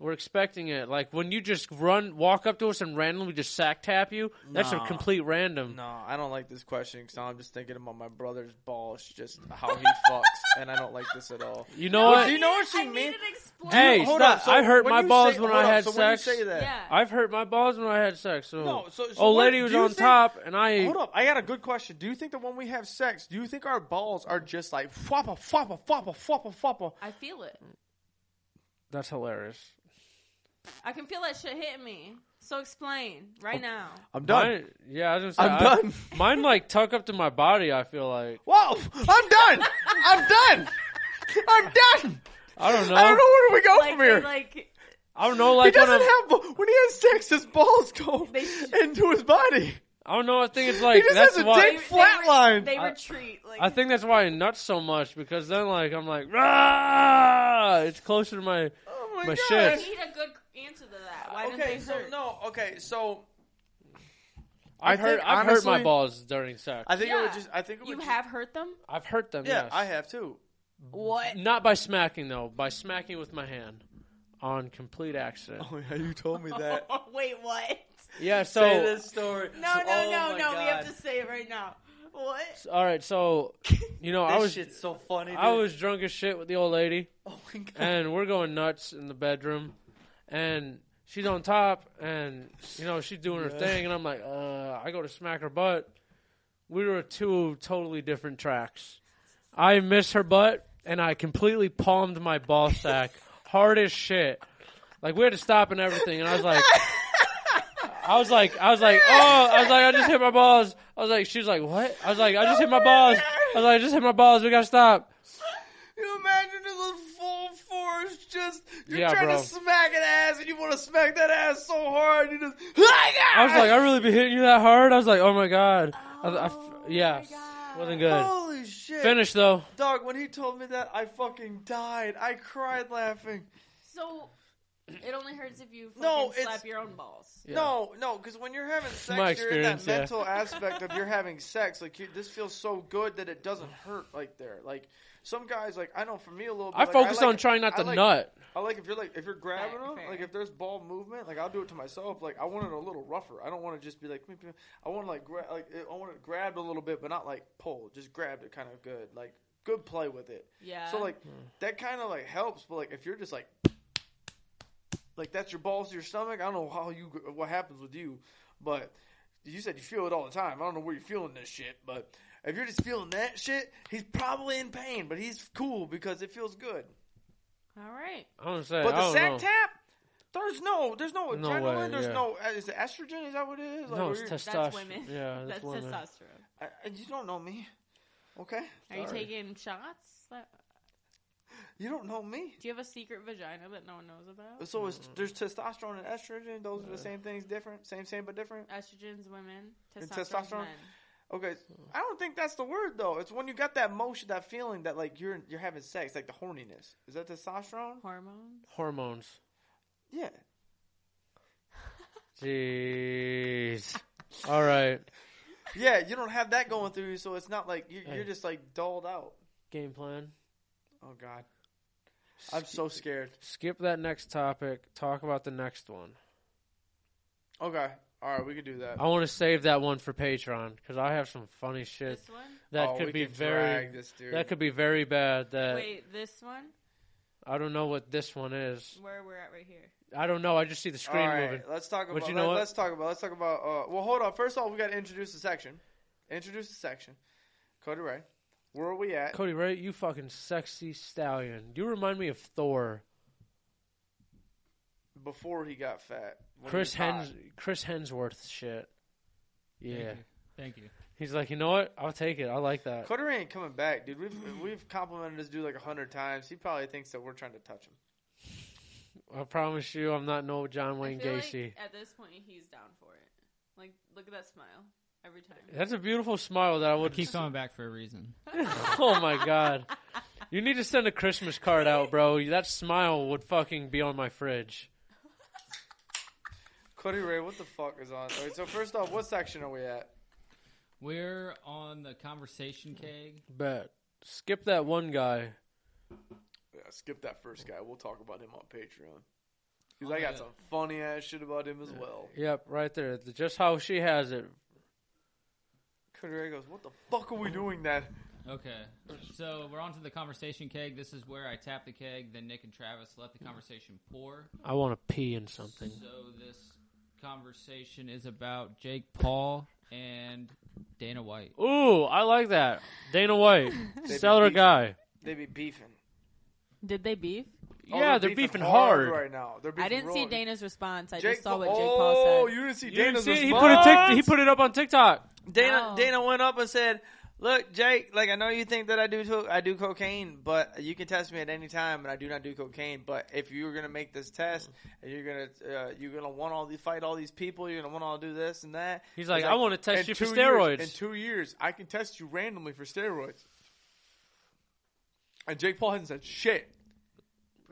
We're expecting it. Like when you just run, walk up to us and randomly just sack tap you. That's a Nah. complete random. No, I don't like this question because I'm just thinking about my brother's balls, just how he fucks, and I don't like this at all. You know Well, what? do you know what she I mean? Need an explanation. Hey, hold stop. on. So I hurt when my you balls say, when hold I on, had so when you sex. say that, yeah. I've hurt my balls when I had sex. So, No, so- so old what- lady was do you on think- top, and I Hold up, I got a good question. Do you think that when we have sex, do you think our balls are just like fwappa, fwappa, fwappa, fwappa, fwappa? I feel it. that's hilarious. I can feel that shit hitting me. So explain Oh. right now. I'm done. Mine- yeah, I was gonna say, I'm I- done. Mine like tuck up to my body. I feel like Whoa, I'm done. I'm done. I'm done. I don't know. I don't know where do we go Like, from here. they, like I don't know, he like when doesn't I'm, have ba- when he has sex, his balls go They sh- into his body. I don't know. I think it's like just that's has a why they, dick. Flatline. They, re- they I- retreat. Like I think that's why I nut so much because then like I'm like Rah! it's closer to my Oh my, My god. I shit. need a good answer to that. Why didn't Okay, they so hurt? no, okay, so I I've hurt think, I've hurt my honestly- balls during sex. I think it would Yeah. just I think it would you just- have hurt them. I've hurt them. Yeah, yes. I have too. What? Not by smacking though, by smacking with my hand on complete accident. Oh yeah, you told me that. Wait, what? Yeah, so Say this story. No, no, Oh no, my no. We have God. to say it right now. What? all right, so you know, This I was shit's so funny. I dude. was drunk as shit with the old lady. Oh my god. and we're going nuts in the bedroom, and she's on top, and you know she's doing her Yeah. thing, and I'm like, uh, I go to smack her butt. We were two totally different tracks. I missed her butt, and I completely palmed my ball sack hard as shit. Like we had to stop and everything, and I was like. I was like, I was like, oh, I was like, I just hit my balls. I was like, she's like, what? I was like, I just hit my balls. I was like, I just hit my balls. We gotta stop. Can you imagine in the full force just you're Yeah, trying bro. to smack an ass and you want to smack that ass so hard you just ah! I I was like, I really be hitting you that hard. I was like, oh my god. I, I f- Oh, yeah, wasn't good. Holy shit. Finish though. Dog, when he told me that I fucking died. I cried laughing. So it only hurts if you No, fucking it's- slap your own balls. Yeah. No, no, because when you're having my sex, you're in that experience, yeah. mental aspect of you're having sex. Like you, this feels so good that it doesn't hurt. Like there, like some guys, like I know for me a little. bit. I like, focused like- on trying not I to like- nut. I like if you're like if you're grabbing Fair, them, fair. like if there's ball movement, like I'll do it to myself. Like I want it a little rougher. I don't want to just be like "Meep, meep." I want to like gra- like I want it grabbed a little bit, but not like pull. Just grabbed it kind of good, like good play with it. Yeah. So like that kind of like helps, but like if you're just like like that's your balls to your stomach, I don't know how you what happens with you, but you said you feel it all the time. I don't know where you're feeling this shit, but if you're just feeling that shit, he's probably in pain, but he's cool because it feels good. all right. I don't say. But I the don't sack know. tap, There's no, there's no No adrenaline. way, there's yeah. no. uh, Is it estrogen? Is that what it is? no, it's we're- testosterone. women. Yeah, that's, That's women. testosterone. I, I- you don't know me. Okay, Are you Sorry. taking shots? That- you don't know me. Do you have a secret vagina that no one knows about? So it's, there's testosterone and estrogen. Those are the same things, different, same, same, but different. Estrogens, women. And Testosterone, testosterone? men. Okay, I don't think that's the word though. It's when you got that motion, that feeling that like you're you're having sex, like the horniness. Is that testosterone? Hormones. Hormones. Yeah. Jeez. All right. Yeah, you don't have that going through you, so it's not like you're, Hey. you're just like dulled out. Game plan. Oh God, I'm so scared. Skip that next topic. Talk about the next one. Okay, all right, we could do that. I want to save that one for Patreon because I have some funny shit This one. that Oh, we could be can very drag this dude. that could be very bad. That Wait, this one. I don't know what this one is. Where we're at right here. I don't know. I just see the all screen right, moving. let's talk But about. you know let, what? us talk about. Let's talk about. Uh, well, hold on. First of all, we got to introduce the section. Introduce the section. Cody Ray, where are we at? Cody Ray, you fucking sexy stallion. You remind me of Thor. Before he got fat, When he Chris was hot. Hens Chris Hensworth shit. Thank Yeah. you. Thank you. He's like, you know what? I'll take it. I like that. Cody Ray ain't coming back, dude. We've we've complimented this dude like a hundred times. He probably thinks that we're trying to touch him. I promise you, I'm not no John I Wayne feel Gacy. Like at this point, he's down for it. Like, look at that smile every time. That's a beautiful smile that I It would keeps coming back for a reason. oh my god. You need to send a Christmas card out, bro. That smile would fucking be on my fridge. Cody Ray, what the fuck is on? All right, so first off, what section are we at? We're on the conversation keg. Bet. Skip that one guy. Yeah, skip that first guy. We'll talk about him on Patreon. Because Oh, I got yeah. some funny ass shit about him as well. Yep, right there. The- Just how she has it. Cody Ray goes, "What the fuck are we doing that?" Okay, so we're on to the conversation keg. This is where I tap the keg. Then Nick and Travis let the conversation pour. I want to pee in something. So this conversation is about Jake Paul and Dana White. Ooh, I like that. Dana White, stellar beefing. guy. They be beefing. Did they beef? Oh, yeah, they're, beefing, hard. right now. They're beefing I didn't see real- Dana's response. I Jake just saw what Paul- Jake Paul Oh, said. you didn't see You didn't Dana's see it? He put, response. a tic- he put it up on TikTok. Dana No. Dana went up and said, "Look, Jake, like I know you think that I do to- I do cocaine, but you can test me at any time, and I do not do cocaine. But if you're gonna make this test, and you're gonna uh, you're gonna want all the fight all these people, you're gonna want all do this and that. He's like, "I wanna test "In you for two steroids." Years, in two years, I can test you randomly for steroids." And Jake Paul hasn't said shit.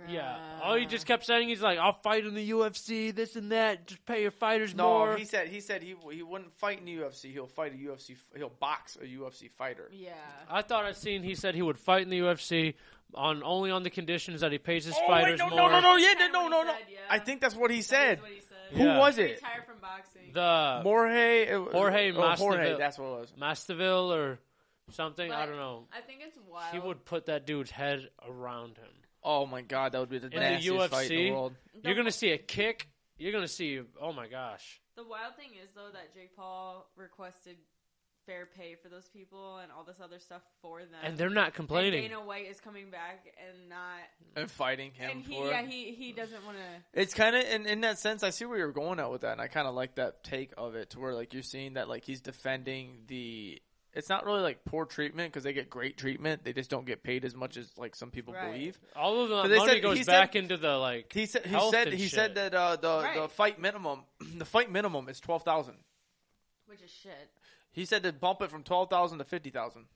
Yeah. Oh, he just kept saying he's like, I'll fight in the UFC, this and that. Just pay your fighters No, more. he said he said he he wouldn't fight in the UFC. He'll fight a UFC. f- He'll box a UFC fighter. Yeah. I thought I seen he said he would fight in the UFC on only on the conditions that he pays his Oh wait, fighters no, more. no, no, no, yeah, Kinda no, what no, he no. said, yeah. I think that's what he said. That's what he said. Who Yeah. was it? Retired from boxing. The Jorge. it- Jorge oh, Jorge. Masvidal. That's what it was. Masterville or something, I But don't know. I think it's wild. He would put that dude's head around him. Oh my god, that would be the the nastiest fight in UFC? the world. The- You're gonna see a kick. You're gonna see. Oh my gosh. The wild thing is though that Jake Paul requested fair pay for those people and all this other stuff for them. And they're not And complaining. Dana White is coming back and not. And fighting him and he, for yeah, it. he he doesn't want to. It's kind of in, in that sense. I see where you're going at with that, and I kind of like that take of it, to where like you're seeing that like he's defending the. It's not really like poor treatment because they get great treatment. They just don't get paid as much as like some people Right. believe. All of the But they money said- he goes said- back into the like. He said he health said and he shit. said that uh, the the Right. fight minimum the fight minimum is twelve thousand. Which is shit. He said to bump it from twelve thousand to fifty thousand.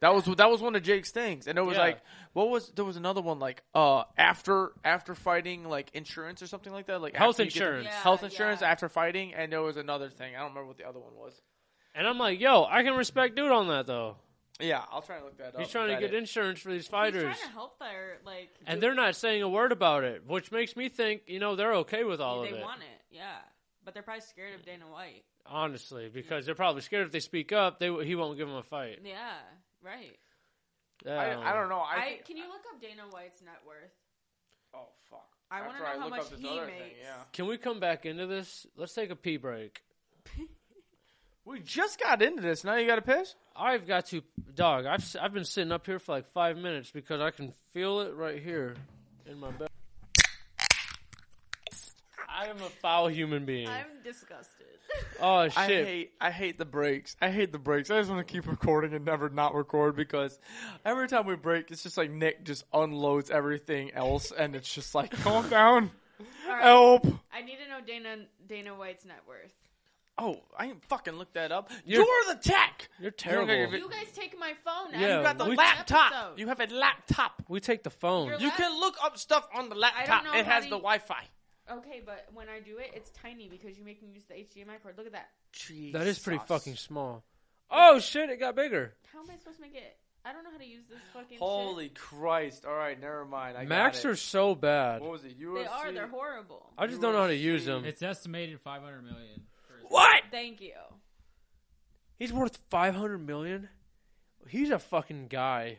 That was that was one of Jake's things, and it was Yeah. like, what was there was another one like uh after after fighting like insurance or something like that, like Health after you get the- insurance. Yeah, health insurance yeah. after fighting, and there was another thing I don't remember what the other one was. And I'm like, yo, I can respect dude on that though. Yeah, I'll try and look that up. He's trying to get in. insurance for these He's fighters, trying to help their like. and they're not saying a word about it, which makes me think, you know, they're okay with all they of it, want it, yeah. But they're probably scared of Dana White. honestly, because they're probably scared if they speak up, they he won't give them a fight. Um, Yeah, right. I, I don't know. I, I, think- can you look up Dana White's net worth? oh fuck. I want to After know how look much up this he other makes. thing, yeah. Can we come back into this? Let's take a pee break. We just got into this. Now you got to piss. I've got to, dog. I've s- I've been sitting up here for like five minutes because I can feel it right here in my back. I am a foul human being. I'm disgusted. oh shit! I hate I hate the breaks. I hate the breaks. I just want to keep recording and never not record because every time we break, it's just like Nick just unloads everything else, and it's just like calm down, All right. Oh. help. I need to know Dana Dana White's net worth. Oh, I ain't fucking look that up. You're, You're- the tech. You're don't get terrible. your vi- You guys take my phone. I Yeah, don't You got the know we- this laptop. episode. You have a laptop. we take the phone. You're- You can look up stuff on the laptop. know It how has to the u- Wi-Fi. Okay, but when I do it, it's tiny because you make me use the HDMI cord. Look at that. that is pretty Jesus. fucking small. Oh shit! It got bigger. How am I supposed to make it? I don't know how to use this fucking. Holy Christ! All right, never mind. I Macs got are it. so bad. what was it? shit. UFC. they are. They're horrible. I just don't know how to use UFC. them. It's estimated 500 million. for- what? Thank you. He's worth five hundred million. He's a fucking guy.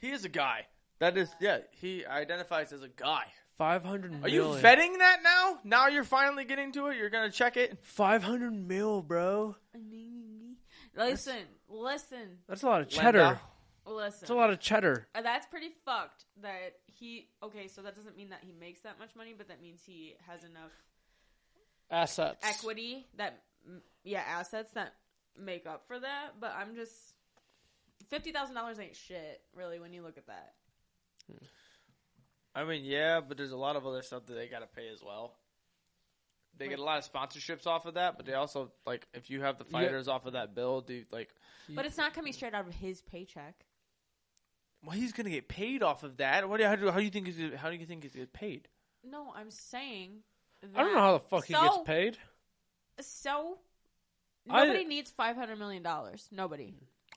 He is a guy. That is, yeah. He identifies as a guy. Five hundred Are million. you vetting that now? Now you're finally getting to it. You're gonna check it. Five hundred mil, bro. Listen, listen, That's a lot of cheddar. Linda. listen. That's a lot of cheddar. Uh, That's pretty fucked. That he okay. So that doesn't mean that he makes that much money, but that means he has enough Assets. equity that m- yeah assets that make up for that. But I'm just fifty thousand dollars ain't shit really when you look at that. I mean, yeah, but there's a lot of other stuff that they gotta pay as well. They get a lot of sponsorships off of that, but they also like if you have the fighters off of that bill, do you, like But it's not coming straight out of his paycheck. well, he's gonna get paid off of that. What do you, how do how do you think he's gonna- how do you think he's gonna get paid? No, I'm saying. I don't know how the fuck he gets So- paid. So I- nobody needs five hundred million dollars. Nobody.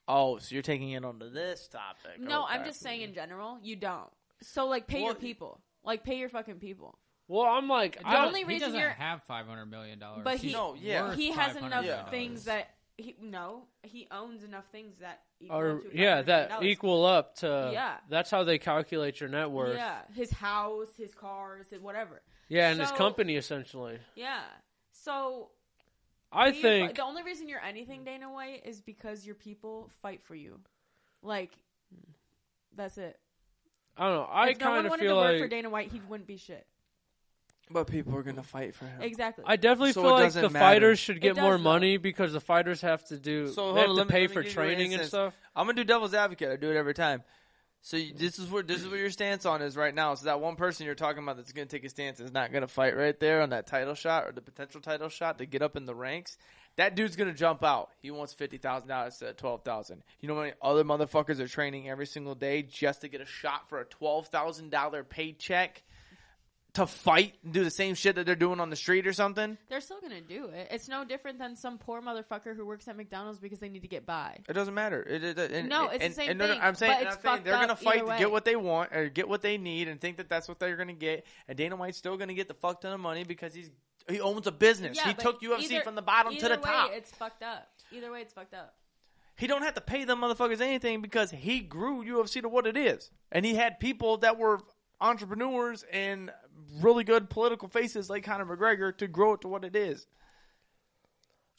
Oh, so you're taking it onto this topic? No, I'm Okay. just saying in general, you don't. So like, pay your Well- people. Like, pay your fucking people. Well, I'm like, It I doesn't- don't, only he reason doesn't you're- have 500 million dollars. But he- No, yeah. worth he has 500 enough million things dollars. that he no he owns enough things that equal or to yeah, $500 that million. equal up to Yeah. That's how they calculate your net worth. Yeah, yeah his house his cars his whatever and his So- company essentially. yeah so I do you- think the only reason you're anything Dana White is because your people fight for you like that's it I don't know. I if no one kind of wanted to feel work for like Dana White he wouldn't be shit But people are gonna fight for him. exactly I definitely So feel it like doesn't the matter. fighters should get does, more though. money because the fighters have to do So, hold they have on, to let me- pay let me for give you an training and instance. stuff. I'm gonna do devil's advocate. I do it every time. So you, this is what this is what your stance on is right now. So that one person you're talking about that's gonna take a stance is not gonna fight right there on that title shot or the potential title shot to get up in the ranks. That dude's gonna jump out. He wants fifty thousand dollars to twelve thousand. You know how many other motherfuckers are training every single day just to get a shot for a twelve thousand dollar paycheck to fight and do the same shit that they're doing on the street or something? they're still gonna do it it's no different than some poor motherfucker who works at McDonald's because they need to get by It doesn't matter. It, it, it- and- No, it's the and- same and no, no, thing, I'm saying, but and it's I'm saying fucked they're up going to fight either to way. get what they want or get what they need and think that that's what they're going to get. And Dana White's still going to get the fuck ton of money because he's he owns a business. he but took UFC either- from the bottom to either the way, top. It's fucked up. Either way, it's fucked up. He don't have to pay them motherfuckers anything because he grew UFC to what it is. And he had people that were entrepreneurs and really good political faces like Conor McGregor to grow it to what it is.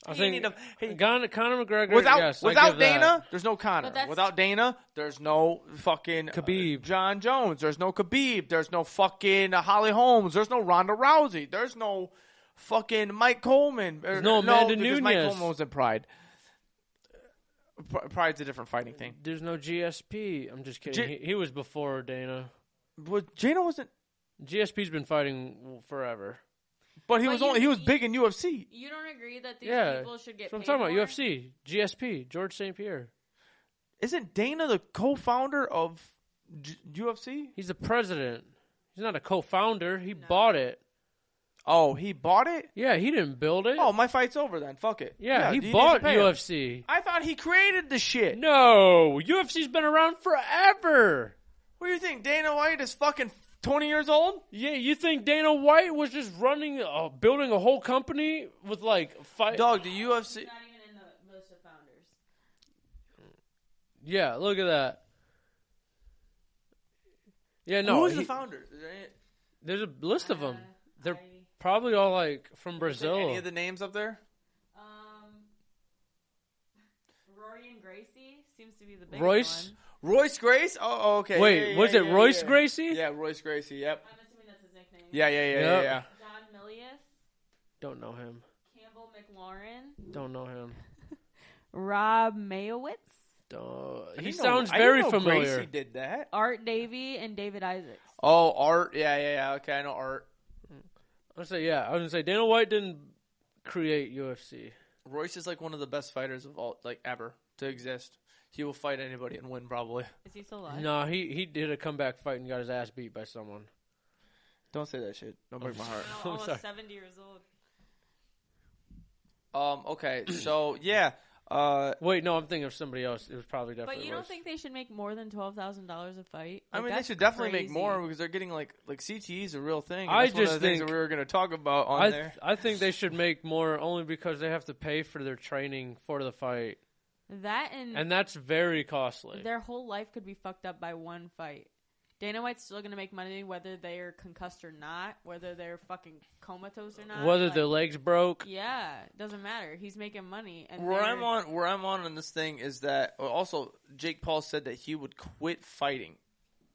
I He think need to- he- Conor, Conor McGregor Without yes, I without give that. Dana, there's no Connor. But that's- Without Dana, there's no fucking uh, Khabib. John Jones. There's no Khabib. There's no fucking uh, Holly Holmes. There's no Ronda Rousey. There's no fucking Mike Coleman. Er, There's no Amanda Mike Nunes. Coleman was in Pride. Pr- Pride's a different fighting thing. There's no GSP. I'm just kidding. G- he, he was before Dana. But Dana wasn't. GSP's been fighting forever. But he But was you- only he was you- big in UFC. You don't agree that these yeah, people should get That's what I'm talking paid more? about. UFC, GSP, George St. Pierre. Isn't Dana the co-founder of G- UFC? He's the president. He's not a co-founder. He bought it. Oh, he bought it. Yeah, he didn't build it. Oh, my fight's over then. Fuck it. yeah, you he need bought to pay him. UFC. I thought he created the shit. No, UFC's been around forever. What do you think? Dana White is fucking 20 years old? Yeah, you think Dana White was just running, uh, building a whole company with like fight? Dog, the UFC. He's not even in the list of founders. Yeah, look at that. Yeah, no, Who's the he- founder? Is there any, there's a list of them. Uh, They're I- probably all like from is there Brazil. any of the names up there? um, Rory and Gracie seems to be the big Royce? one. Royce Grace? Oh, oh, okay. Wait, Yeah, yeah, was it yeah, Royce yeah. Gracie? Yeah, Royce Gracie, yep. I'm assuming that's his nickname. Yeah, yeah, yeah, yeah, Yep. yeah. Don Milius, Don't know him. Campbell McLaurin, Don't know him. Rob Mayowitz, Don't- I He didn't know- sounds I didn't very know familiar. Gracie did that. Art Davey, and David Isaacs. Oh, Art. Yeah, yeah, yeah. Okay, I know Art. I would say yeah. I would say Dana White didn't create UFC. Royce is like one of the best fighters of all, like ever to exist. He will fight anybody and win probably. Is he still alive? No, he he did a comeback fight and got his ass beat by someone. Don't say that shit. Don't break my heart. Now I'm almost sorry. 70 years old. Um. Okay. So yeah. Uh. Wait, no, I'm thinking of somebody else. It was probably definitely. But you don't Royce. think they should make more than twelve thousand dollars a fight? I mean, Like, they that's should definitely make crazy. more because they're getting like like CTE is a real thing. and I that's one of just the things think- that we were going to talk about on I th- there. I think they should make more only because they have to pay for their training for the fight, That and, and that's very costly. their whole life could be fucked up by one fight. Dana White's still gonna make money whether they're concussed or not, whether they're fucking comatose or not. Whether like, their legs broke, yeah, doesn't matter. He's making money. And Where they're- I'm on, where I'm on in this thing is that uh, also Jake Paul said that he would quit fighting.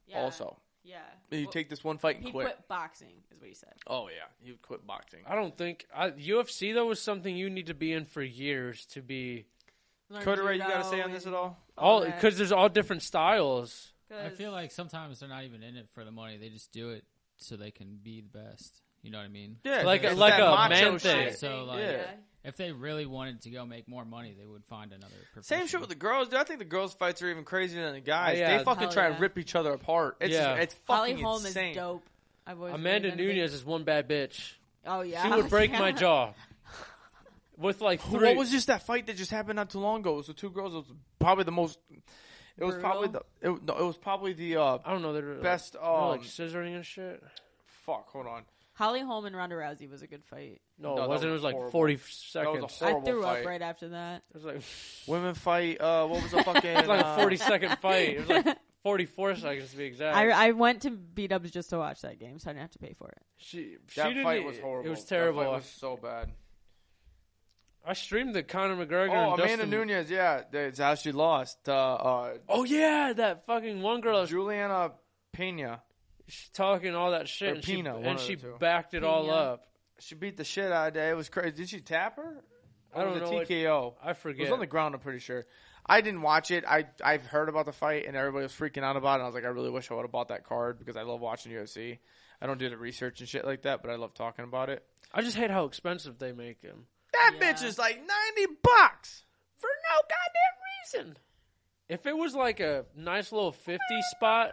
yeah, Also, yeah, he'd Well, take this one fight and he quit. quit boxing, is what he said. Oh yeah, he would quit boxing. I don't think I, UFC though is something you need to be in for years to be Learn Cody Ray, you judo got to say on this Oh, and at all? all that. because there's all different styles. I feel 'Cause- like sometimes they're not even in it for the money. They just do it so they can be the best. You know what I mean? Yeah, Like it's a- like that a macho man thing. shit. So, like- Yeah. If they really wanted to go make more money, they would find another. Same profession. shit with the girls, dude. I think the girls' fights are even crazier than the guys. Oh, Yeah. They fucking Hell try and yeah. rip each other apart. It's Yeah. it's Holly fucking Holm insane. is dope. I've always Amanda believed in Nunez is one bad bitch. it. Oh yeah, She would break my Yeah. jaw with like Who- three. What was just that fight that just happened not too long ago? It was the two girls. It was probably the most. It was probably the. Brutal? It, no, it was probably the uh, I don't know. They're best. Like, they're, Um, like scissoring and shit. fuck. Hold on. Holly Holm and Ronda Rousey was a good fight. No, No, that it wasn't. It was was like horrible. forty was a seconds. hor- Horrible I threw fight. up right after that. it was like Women fight. Uh, what was the fucking? It was like a uh, 40 second fight. It was like 44 seconds to be exact. I, I went to B Dubs just to watch that game, so I didn't have to pay for it. she she That didn't, fight was horrible. It was e- That fight terrible. was so bad. I streamed the Conor McGregor. Oh, and Amanda Dustin- Nunez. Yeah, that's how she lost. Uh, uh, Oh yeah, that fucking one girl. That was Juliana Pena. she's talking all that shit, Or and she, Pina, one and of the she two. backed it all Pina. up. She beat the shit out of that. It was crazy. Did she tap her? I don't It was know a what- TKO. I It was forget. on the ground. I'm pretty sure. I didn't watch it. I I've heard about the fight and everybody was freaking out about it. And I was like, I really wish I would have bought that card because I love watching UFC. I don't do the research and shit like that, but I love talking about it. I just hate how expensive they make him. That Yeah. bitch is like ninety bucks. for no goddamn reason. If it was like a nice little 50 spot,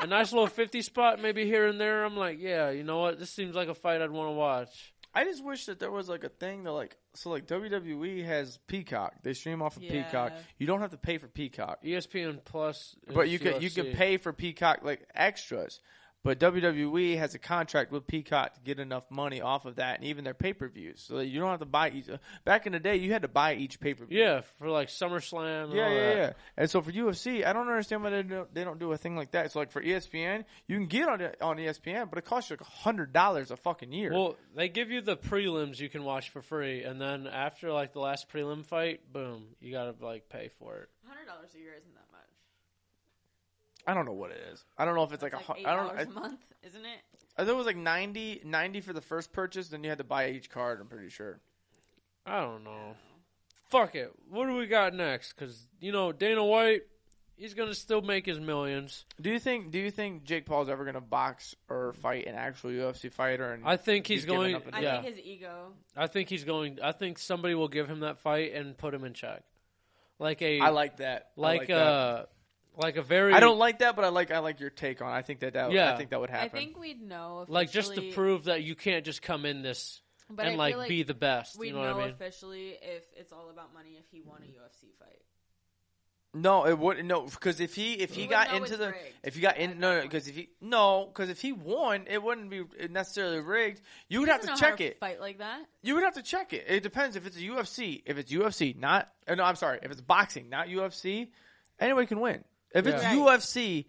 a nice little 50 spot maybe here and there, I'm like, yeah, you know what? This seems like a fight I'd want to watch. I just wish that there was like a thing that like so like WWE has Peacock. They stream off of Peacock. Yeah. You don't have to pay for Peacock. E ESPN Plus. is But you could you UFC. could pay for Peacock like extras. But WWE has a contract with Peacock to get enough money off of that, and even their pay per views, so that you don't have to buy each. Back in the day, you had to buy each pay per view. Yeah, for like SummerSlam. And Yeah, all yeah, that. yeah. And so for UFC, I don't understand why they don't, they don't do a thing like that. So like for E ESPN, you can get on it- on E ESPN, but it costs you like hundred dollars a fucking year. Well, they give you the prelims you can watch for free, and then after like the last prelim fight, boom, you gotta like pay for it. Hundred dollars a year isn't that much. I don't know what it is. I don't know if it's like, It's a like hu- eight I don't. dollars I, a month, isn't it? I thought it was like 90, 90 for the first purchase. Then you had to buy each card. I'm pretty sure. I don't know. Fuck it. What do we got next? Because you know Dana White, he's gonna still make his millions. Do you think? Do you think Jake Paul's ever gonna box or fight an actual UFC fighter? And I think he's, He's giving going. up on I yeah, think his ego. I think he's going. I think somebody will give him that fight and put him in check, like a I like that. I like, uh, a that. like a very I don't like that, but I like I like your take on. it. I think that that yeah. Yeah. I think that would happen. I think we'd know. like just to officially- prove that you can't just come in this but I and feel like, be the best. We'd You know what I mean? officially if it's all about money if he won a UFC fight. No, it wouldn't. No, because if he if We he would got know into it's the rigged if you got at in no that because if he no because if he won it wouldn't be necessarily rigged. You would He have doesn't to know how check it. Fight like that. You would have to check it. It depends if it's a UFC. If it's UFC, not uh, no, I'm sorry. If it's boxing, not UFC, anyone can win. If it's Yeah. Right. UFC,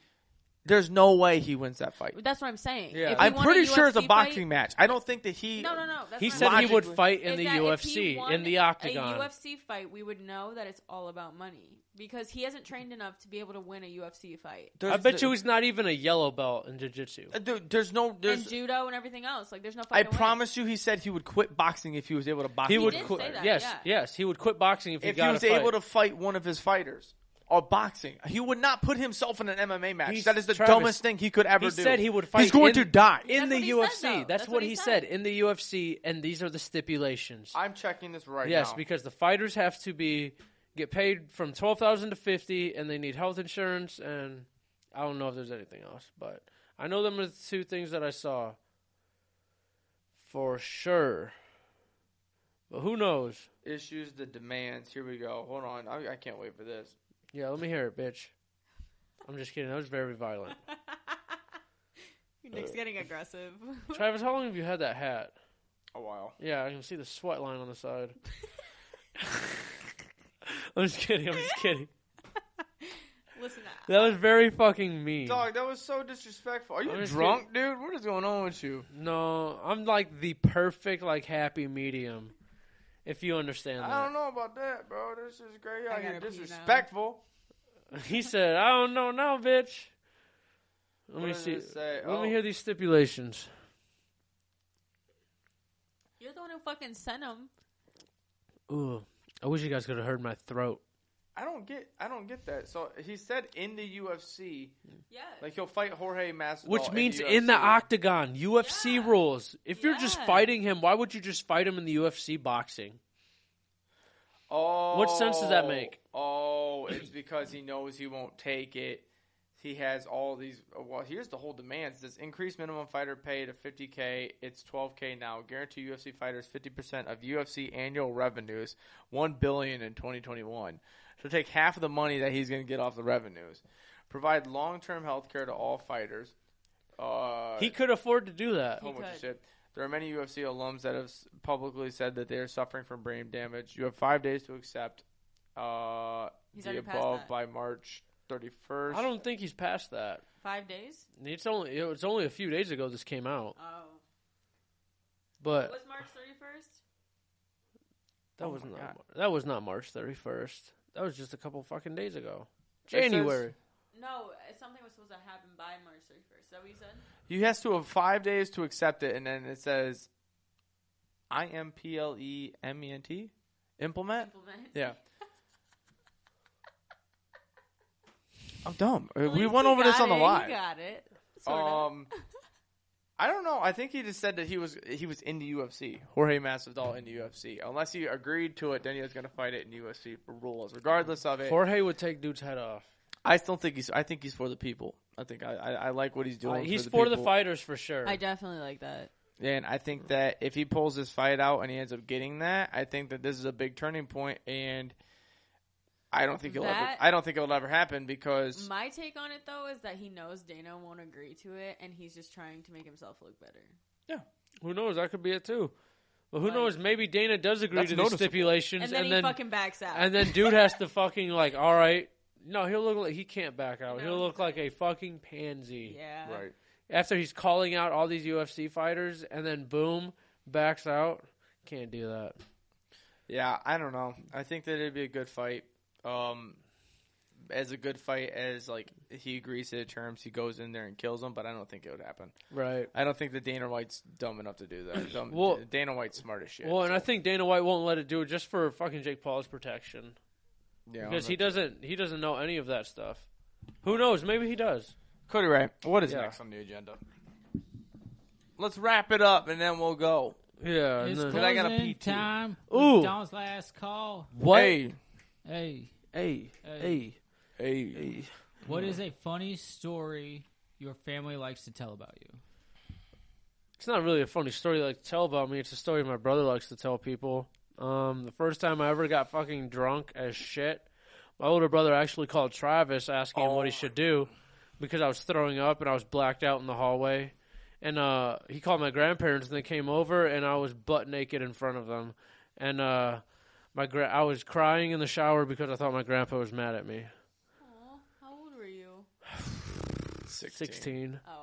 There's no way he wins that fight. That's what I'm saying. Yeah. If he I'm won a pretty sure it's a UFC boxing fight- match. I don't think that he. No, no, no. That's He not said he would Logically. fight in Is the that if he UFC, won in the octagon. A UFC fight, we would know that it's all about money because he hasn't trained enough to be able to win a UFC fight. There's I bet the- you he's not even a yellow belt in jiu-jitsu. Uh, Dude, there's no. There's. and judo and everything else, like there's no. I Fucking way. promise you, he said he would quit boxing if he was able to box. He, one would of did his quit. say fighters. that, yes, yeah. yes, he would quit boxing if he If he got was a fight. able to fight one of his fighters or boxing, he would not put himself in an MMA match. He's- that is the Travis, dumbest thing he could ever he do. said he would fight He's going in- to die. in That's the what he said, UFC. though. That's, what, he said. in the UFC, and these are the stipulations. I'm checking this right yes, now. because the fighters have to be get paid from twelve thousand to fifty, and they need health insurance. And I don't know if there's anything else, but I know them are the two things that I saw for sure. But who knows? issues the demands. Here we go. Hold on. I, I can't wait for this. Yeah, let me hear it, bitch. I'm just kidding. That was very violent. Uh. Nick's getting aggressive. Travis, how long have you had that hat? A while. Yeah, I can see the sweat line on the side. I'm just kidding. I'm just kidding. Listen, I- That was very fucking mean. Dog, that was so disrespectful. Are you I'm just drunk, dude? What is going on with you? No, I'm like the perfect like happy medium. If you understand that. I don't know about that, bro. This is great. I I get gotta pee now. disrespectful. He said, "I don't know now, bitch." Let What me does see. it say? Let Oh. me hear these stipulations. you're the one who fucking sent him. Ooh, I wish you guys could have heard my throat. I don't get. I don't get that. So he said in the UFC, Yeah. like he'll fight Jorge Masvidal, Which means in the, in the UFC. octagon, UFC Yeah. rules. If you're just Yeah. fighting him, why would you just fight him in the UFC boxing? Oh, What sense does that make? Oh, it's because he knows he won't take it. He has all these. Well, here's the whole demands: this increased minimum fighter pay to 50k. It's 12k now. Guarantee UFC fighters 50% of UFC annual revenues, one billion in 2021. So take half of the money that he's going to get off the revenues. Provide long-term health care to all fighters. Uh, He could afford to do that. whole bunch of could. shit. There are many UFC alums that have s- publicly said that they are suffering from brain damage. You have five days to accept uh, He's the already past above that. by March 31st. I don't think he's past that. Five days. It's only it's only a few days ago this came out, Oh. but Was March 31st? that Oh was my not God. Mar- that was not March thirty first. That was just a couple fucking days ago, It says- January. No, uh, something was supposed to happen by March 31st. Is that what you said? He has to have five days to accept it, and then it says I M P L E M E N T? Implement? Implement. Yeah. I'm dumb. At we least went he over this on got the it, he live. got it. Sort of. Um, I don't know. I think he just said that he was he was in the UFC. Jorge Masvidal in the UFC. Unless he agreed to it, then he was going to fight it in UFC rules. Regardless of it, Jorge would take dude's head off. I still think he's. I think he's for the people. I think I, I, I like what he's doing. Like, Uh, he's for the, for the people. fighters for sure. I definitely like that. and I think that if he pulls this fight out and he ends up getting that, I think that this is a big turning point. And I don't think he'll That- ever. I don't think it'll ever happen because My take on it though is that he knows Dana won't agree to it, and he's just trying to make himself look better. who knows? That could be it too. But who Like- knows? Maybe Dana does agree That's to the noticeable. stipulations, And then and he then fucking backs out. and then dude has to fucking like, all right. No, he'll look like he can't back out. No, he'll he look like a fucking pansy. yeah, after he's calling out all these UFC fighters and then boom, backs out. Can't do that. Yeah, I don't know. I think that it'd be a good fight. Um, as a good fight as like he agrees to the terms, he goes in there and kills him. But I don't think it would happen. Right. I don't think that Dana White's dumb enough to do that. Dumb, Well- Dana White's smart as shit. Well, and I think Dana White won't let it do it just for fucking Jake Paul's protection yeah, because he doesn't he doesn't know any of that stuff. Who knows? Maybe he does. Cody Ray, what is Yeah. next on the agenda? Let's wrap it up and then we'll go. Yeah. It's Cause I got a closing PT. time. Ooh. Don's last call. what? Hey, Hey, hey, Hey. hey, what is a funny story your family likes to tell about you? It's not really a funny story to, like to tell about me. It's a story my brother likes to tell people. Um, the first time I ever got fucking drunk as shit, my older brother actually called Travis asking him Oh what he my should do because I was throwing up and I was blacked out in the hallway. And uh, he called my grandparents and they came over and I was butt naked in front of them. And uh, my gra- I was crying in the shower because I thought my grandpa was mad at me. Aw, how old were you? 16. Sixteen. Oh.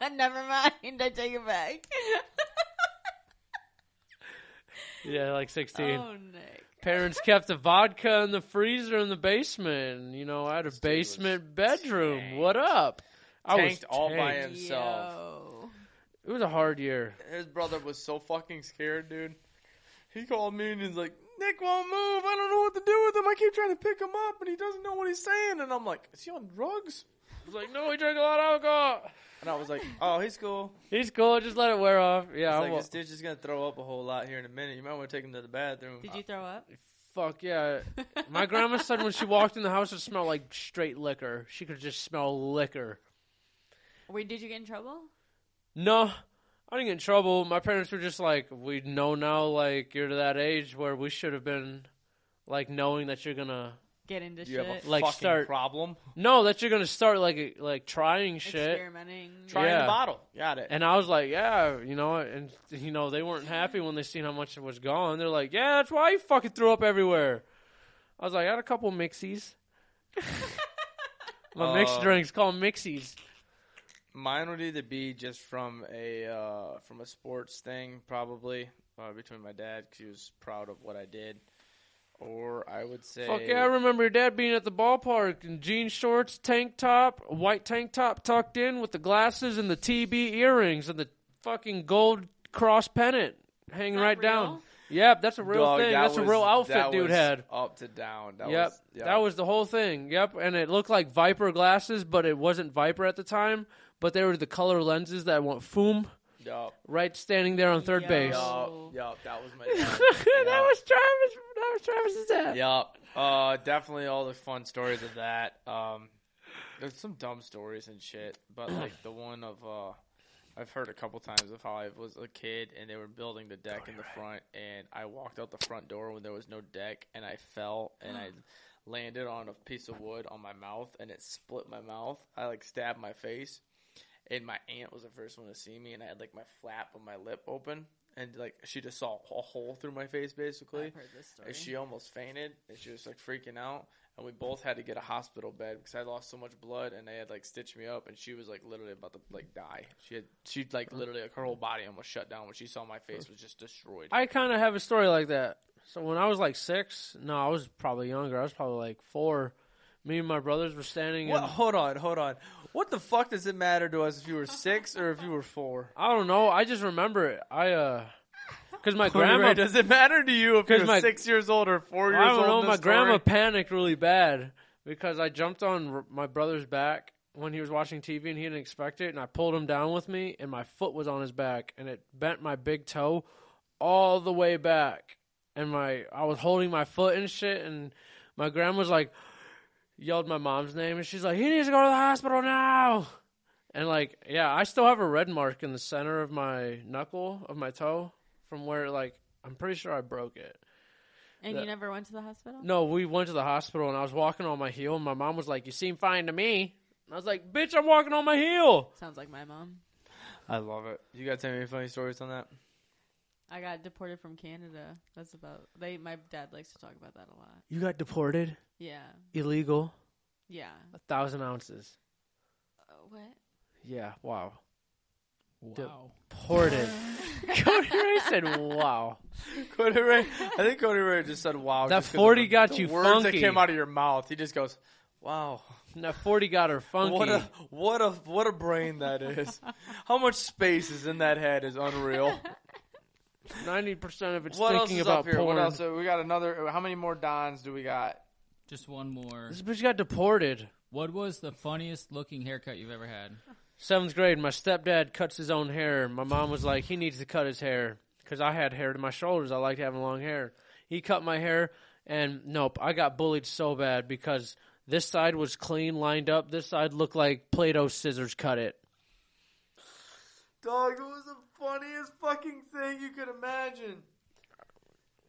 Never mind. I take it back. Yeah, like 16. Oh, Nick. Parents kept the vodka in the freezer in the basement. You know, I had a This dude was basement bedroom. tanked. What up? I was Tanked all by tanked. himself. Yo. It was a hard year. His brother was so fucking scared, dude. He called me and he's like, Nick won't move. I don't know what to do with him. I keep trying to pick him up, and he doesn't know what he's saying. And I'm like, is he on drugs? I was like, no, he drank a lot of alcohol. And I was like, oh, he's cool. He's cool. Just let it wear off. Yeah, He's I'm like, wa- this dude's just gonna throw up a whole lot here in a minute. You might want to take him to the bathroom. Uh, Did you throw up? fuck yeah. My grandma said when she walked in the house, it smelled like straight liquor. She could just smell liquor. Wait, did you get in trouble? No, I didn't get in trouble. My parents were just like, we know now, like you're to that age where we should have been, like knowing that you're gonna, Get into You have shit. a Like, fucking start- problem. no, that you're gonna start like like trying shit. Experimenting. Trying Yeah. the bottle. Got it. And I was like, yeah, you know, and you know they weren't happy when they seen how much was gone. They're like, yeah, that's why you fucking threw up everywhere. I was like, I had a couple mixies. My mixed Uh, drinks called mixies. Mine would either be just from a uh, from a sports thing, probably uh, between my dad because he was proud of what I did, or I would say, Fuck yeah, I remember your dad being at the ballpark in jean shorts, tank top, a white tank top tucked in with the glasses and the TB earrings and the fucking gold cross pennant hanging Is that right down. real? Yep, that's a real Dog, thing. that That's was- a real outfit that dude was had. up to down. That yep. was, yep. that was the whole thing. Yep, and it looked like Viper glasses, but it wasn't Viper at the time. But they were the color lenses that went foom Yup, right standing there on third Yo. base. yup, Oh. yup, That was my. that Dad. was Travis. That was Travis's dad. Yup. Uh, definitely all the fun stories of that. Um, there's some dumb stories and shit, but like the one of uh, I've heard a couple times of how I was a kid and they were building the deck in the front, and I walked out the front door when there was no deck, and I fell and I landed on a piece of wood on my mouth, and it split my mouth. I like stabbed my face. And my aunt was the first one to see me, and I had like my flap of my lip open, and like she just saw a hole through my face, basically. I've heard this story. And she almost fainted, and she was like freaking out. And we both had to get a hospital bed because I lost so much blood, and they had like stitched me up. And she was like literally about to like die. She had she like literally like her whole body almost shut down when she saw my face was just destroyed. I kind of have a story like that. So when I was like six, no, I was probably younger. I was probably like four. Me and my brothers were standing. What? in, Hold on, hold on. What the fuck does it matter to us if you were six or if you were four? I don't know. I just remember it. I uh, because my Grandma, grandma does it matter to you if 'Cause you're my- six years old or four years I don't old? know. in My this grandma story? panicked really bad because I jumped on r- my brother's back when he was watching TV and he didn't expect it, and I pulled him down with me, and my foot was on his back, and it bent my big toe all the way back, and my I was holding my foot and shit, and my grandma's like yelled my mom's name, and she's like, "He needs to go to the hospital now." And like, yeah, I still have a red mark in the center of my knuckle of my toe from where like I'm pretty sure I broke it. and that- you never went to the hospital? No, we went to the hospital and I was walking on my heel and my mom was like, You seem fine to me. And I was like, Bitch, I'm walking on my heel. Sounds like my mom. I love it. You got any funny stories on that? I got deported from Canada. That's about they. My dad likes to talk about that a lot. You got deported, Yeah, illegal, yeah. a thousand ounces. Uh, what? Yeah, wow. Wow. Deported. Cody Ray said, Wow. Cody Ray, I think Cody Ray just said, "Wow." That just 'cause 40 of the- got the you words funky. that came out of your mouth. He just goes, "Wow, Now forty got her funky. what a what a what a brain that is! How much space is in that head is unreal." Ninety percent of it's what else thinking is about up here? porn. What else? Uh, We got another. How many more Dons do we got? Just one more. This bitch got deported. What was the funniest looking haircut you've ever had? Seventh grade, my stepdad cuts his own hair. My mom was like, he needs to cut his hair because I had hair to my shoulders. I liked having long hair. He cut my hair, and nope, I got bullied so bad because this side was clean, lined up. This side looked like Play Doh scissors cut it. Dog, it was the funniest fucking thing you could imagine.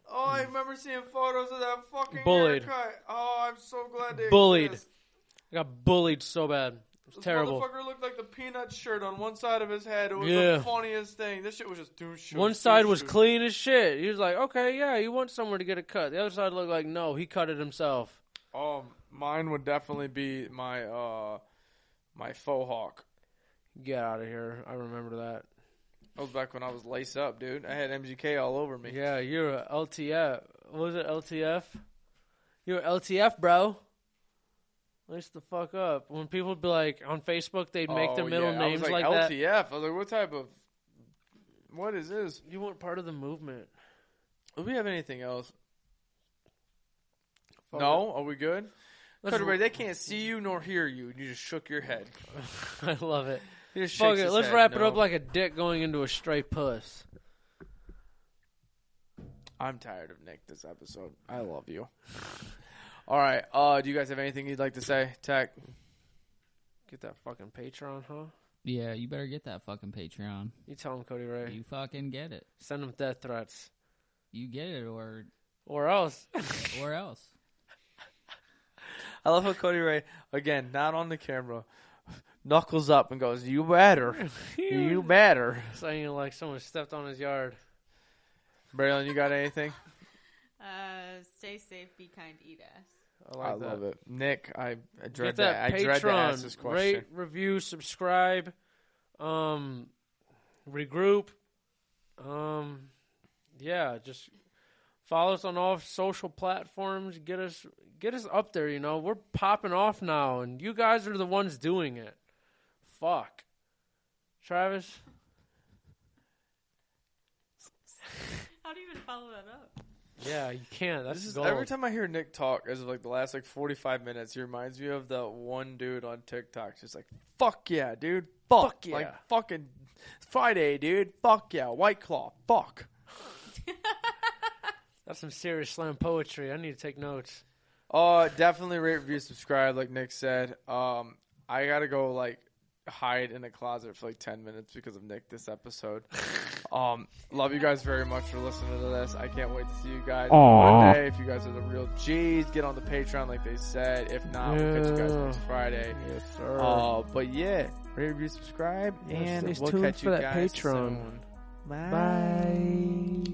Oh, I remember seeing photos of that fucking Hmm. Bullied. haircut. Oh, I'm so glad they Bullied. exist. I got bullied so bad. It was This terrible. motherfucker looked like the peanut shirt on one side of his head. It was Yeah. the funniest thing. This shit was just doom shoot. One doom side was shoot. clean as shit. He was like, okay, yeah, you want somewhere to get it cut. The other side looked like, no, he cut it himself. Um, mine would definitely be my uh, my faux hawk. Get out of here. I remember that. That was back when I was lace up, dude. I had MGK all over me. Yeah, you're a LTF. What was it, LTF? You're a LTF, bro. Lace the fuck up. When people would be like on Facebook, they'd make Oh, their middle yeah. names I was like, that. LTF. I was like, what type of what is this? You weren't part of the movement. Do we have anything else? Fuck no? Are we good? it. Cut Let's- away. They can't see you nor hear you. You just shook your head. I love it. He just Fuck shakes it. his Let's head, wrap it no. up like a dick going into a stray puss. I'm tired of Nick this episode. I love you. All right. Uh, do you guys have anything you'd like to say, Tech? Get that fucking Patreon, huh? Yeah, you better get that fucking Patreon. You tell him, Cody Ray. You fucking get it. Send him death threats. You get it, or Or else. or else. I love how Cody Ray, again, not on the camera, knuckles up and goes, "You better, you better." Saying like someone stepped on his yard. Braylon, you got anything? Uh, stay safe, be kind, eat ass. I like that. it, Nick. I, I dread Get that, that. I dread to ask Patreon. this question. Rate, review, subscribe, um, regroup. Um, yeah, just follow us on all social platforms. Get us, get us up there. You know, we're popping off now, and you guys are the ones doing it. Fuck, Travis. How do you even follow that up? Yeah, you can't. That's This is gold. every time I hear Nick talk, as of like the last like forty five minutes, he reminds me of that one dude on TikTok, just like "fuck yeah, dude, fuck, Fuck like yeah. fucking Friday, dude, fuck yeah, White Claw, fuck." That's some serious slam poetry. I need to take notes. Uh, definitely rate, review, subscribe, like Nick said. Um, I gotta go like hide in a closet for like ten minutes because of Nick this episode. um, love you guys very much for listening to this. I can't wait to see you guys on Monday. If you guys are the real G's, get on the Patreon like they said. If not, we'll catch you guys Yeah. next Friday. Yes, sir. Uh, but yeah, rate, review, subscribe, Yes, and stay we'll tuned catch for you that guys Patreon. soon. Bye.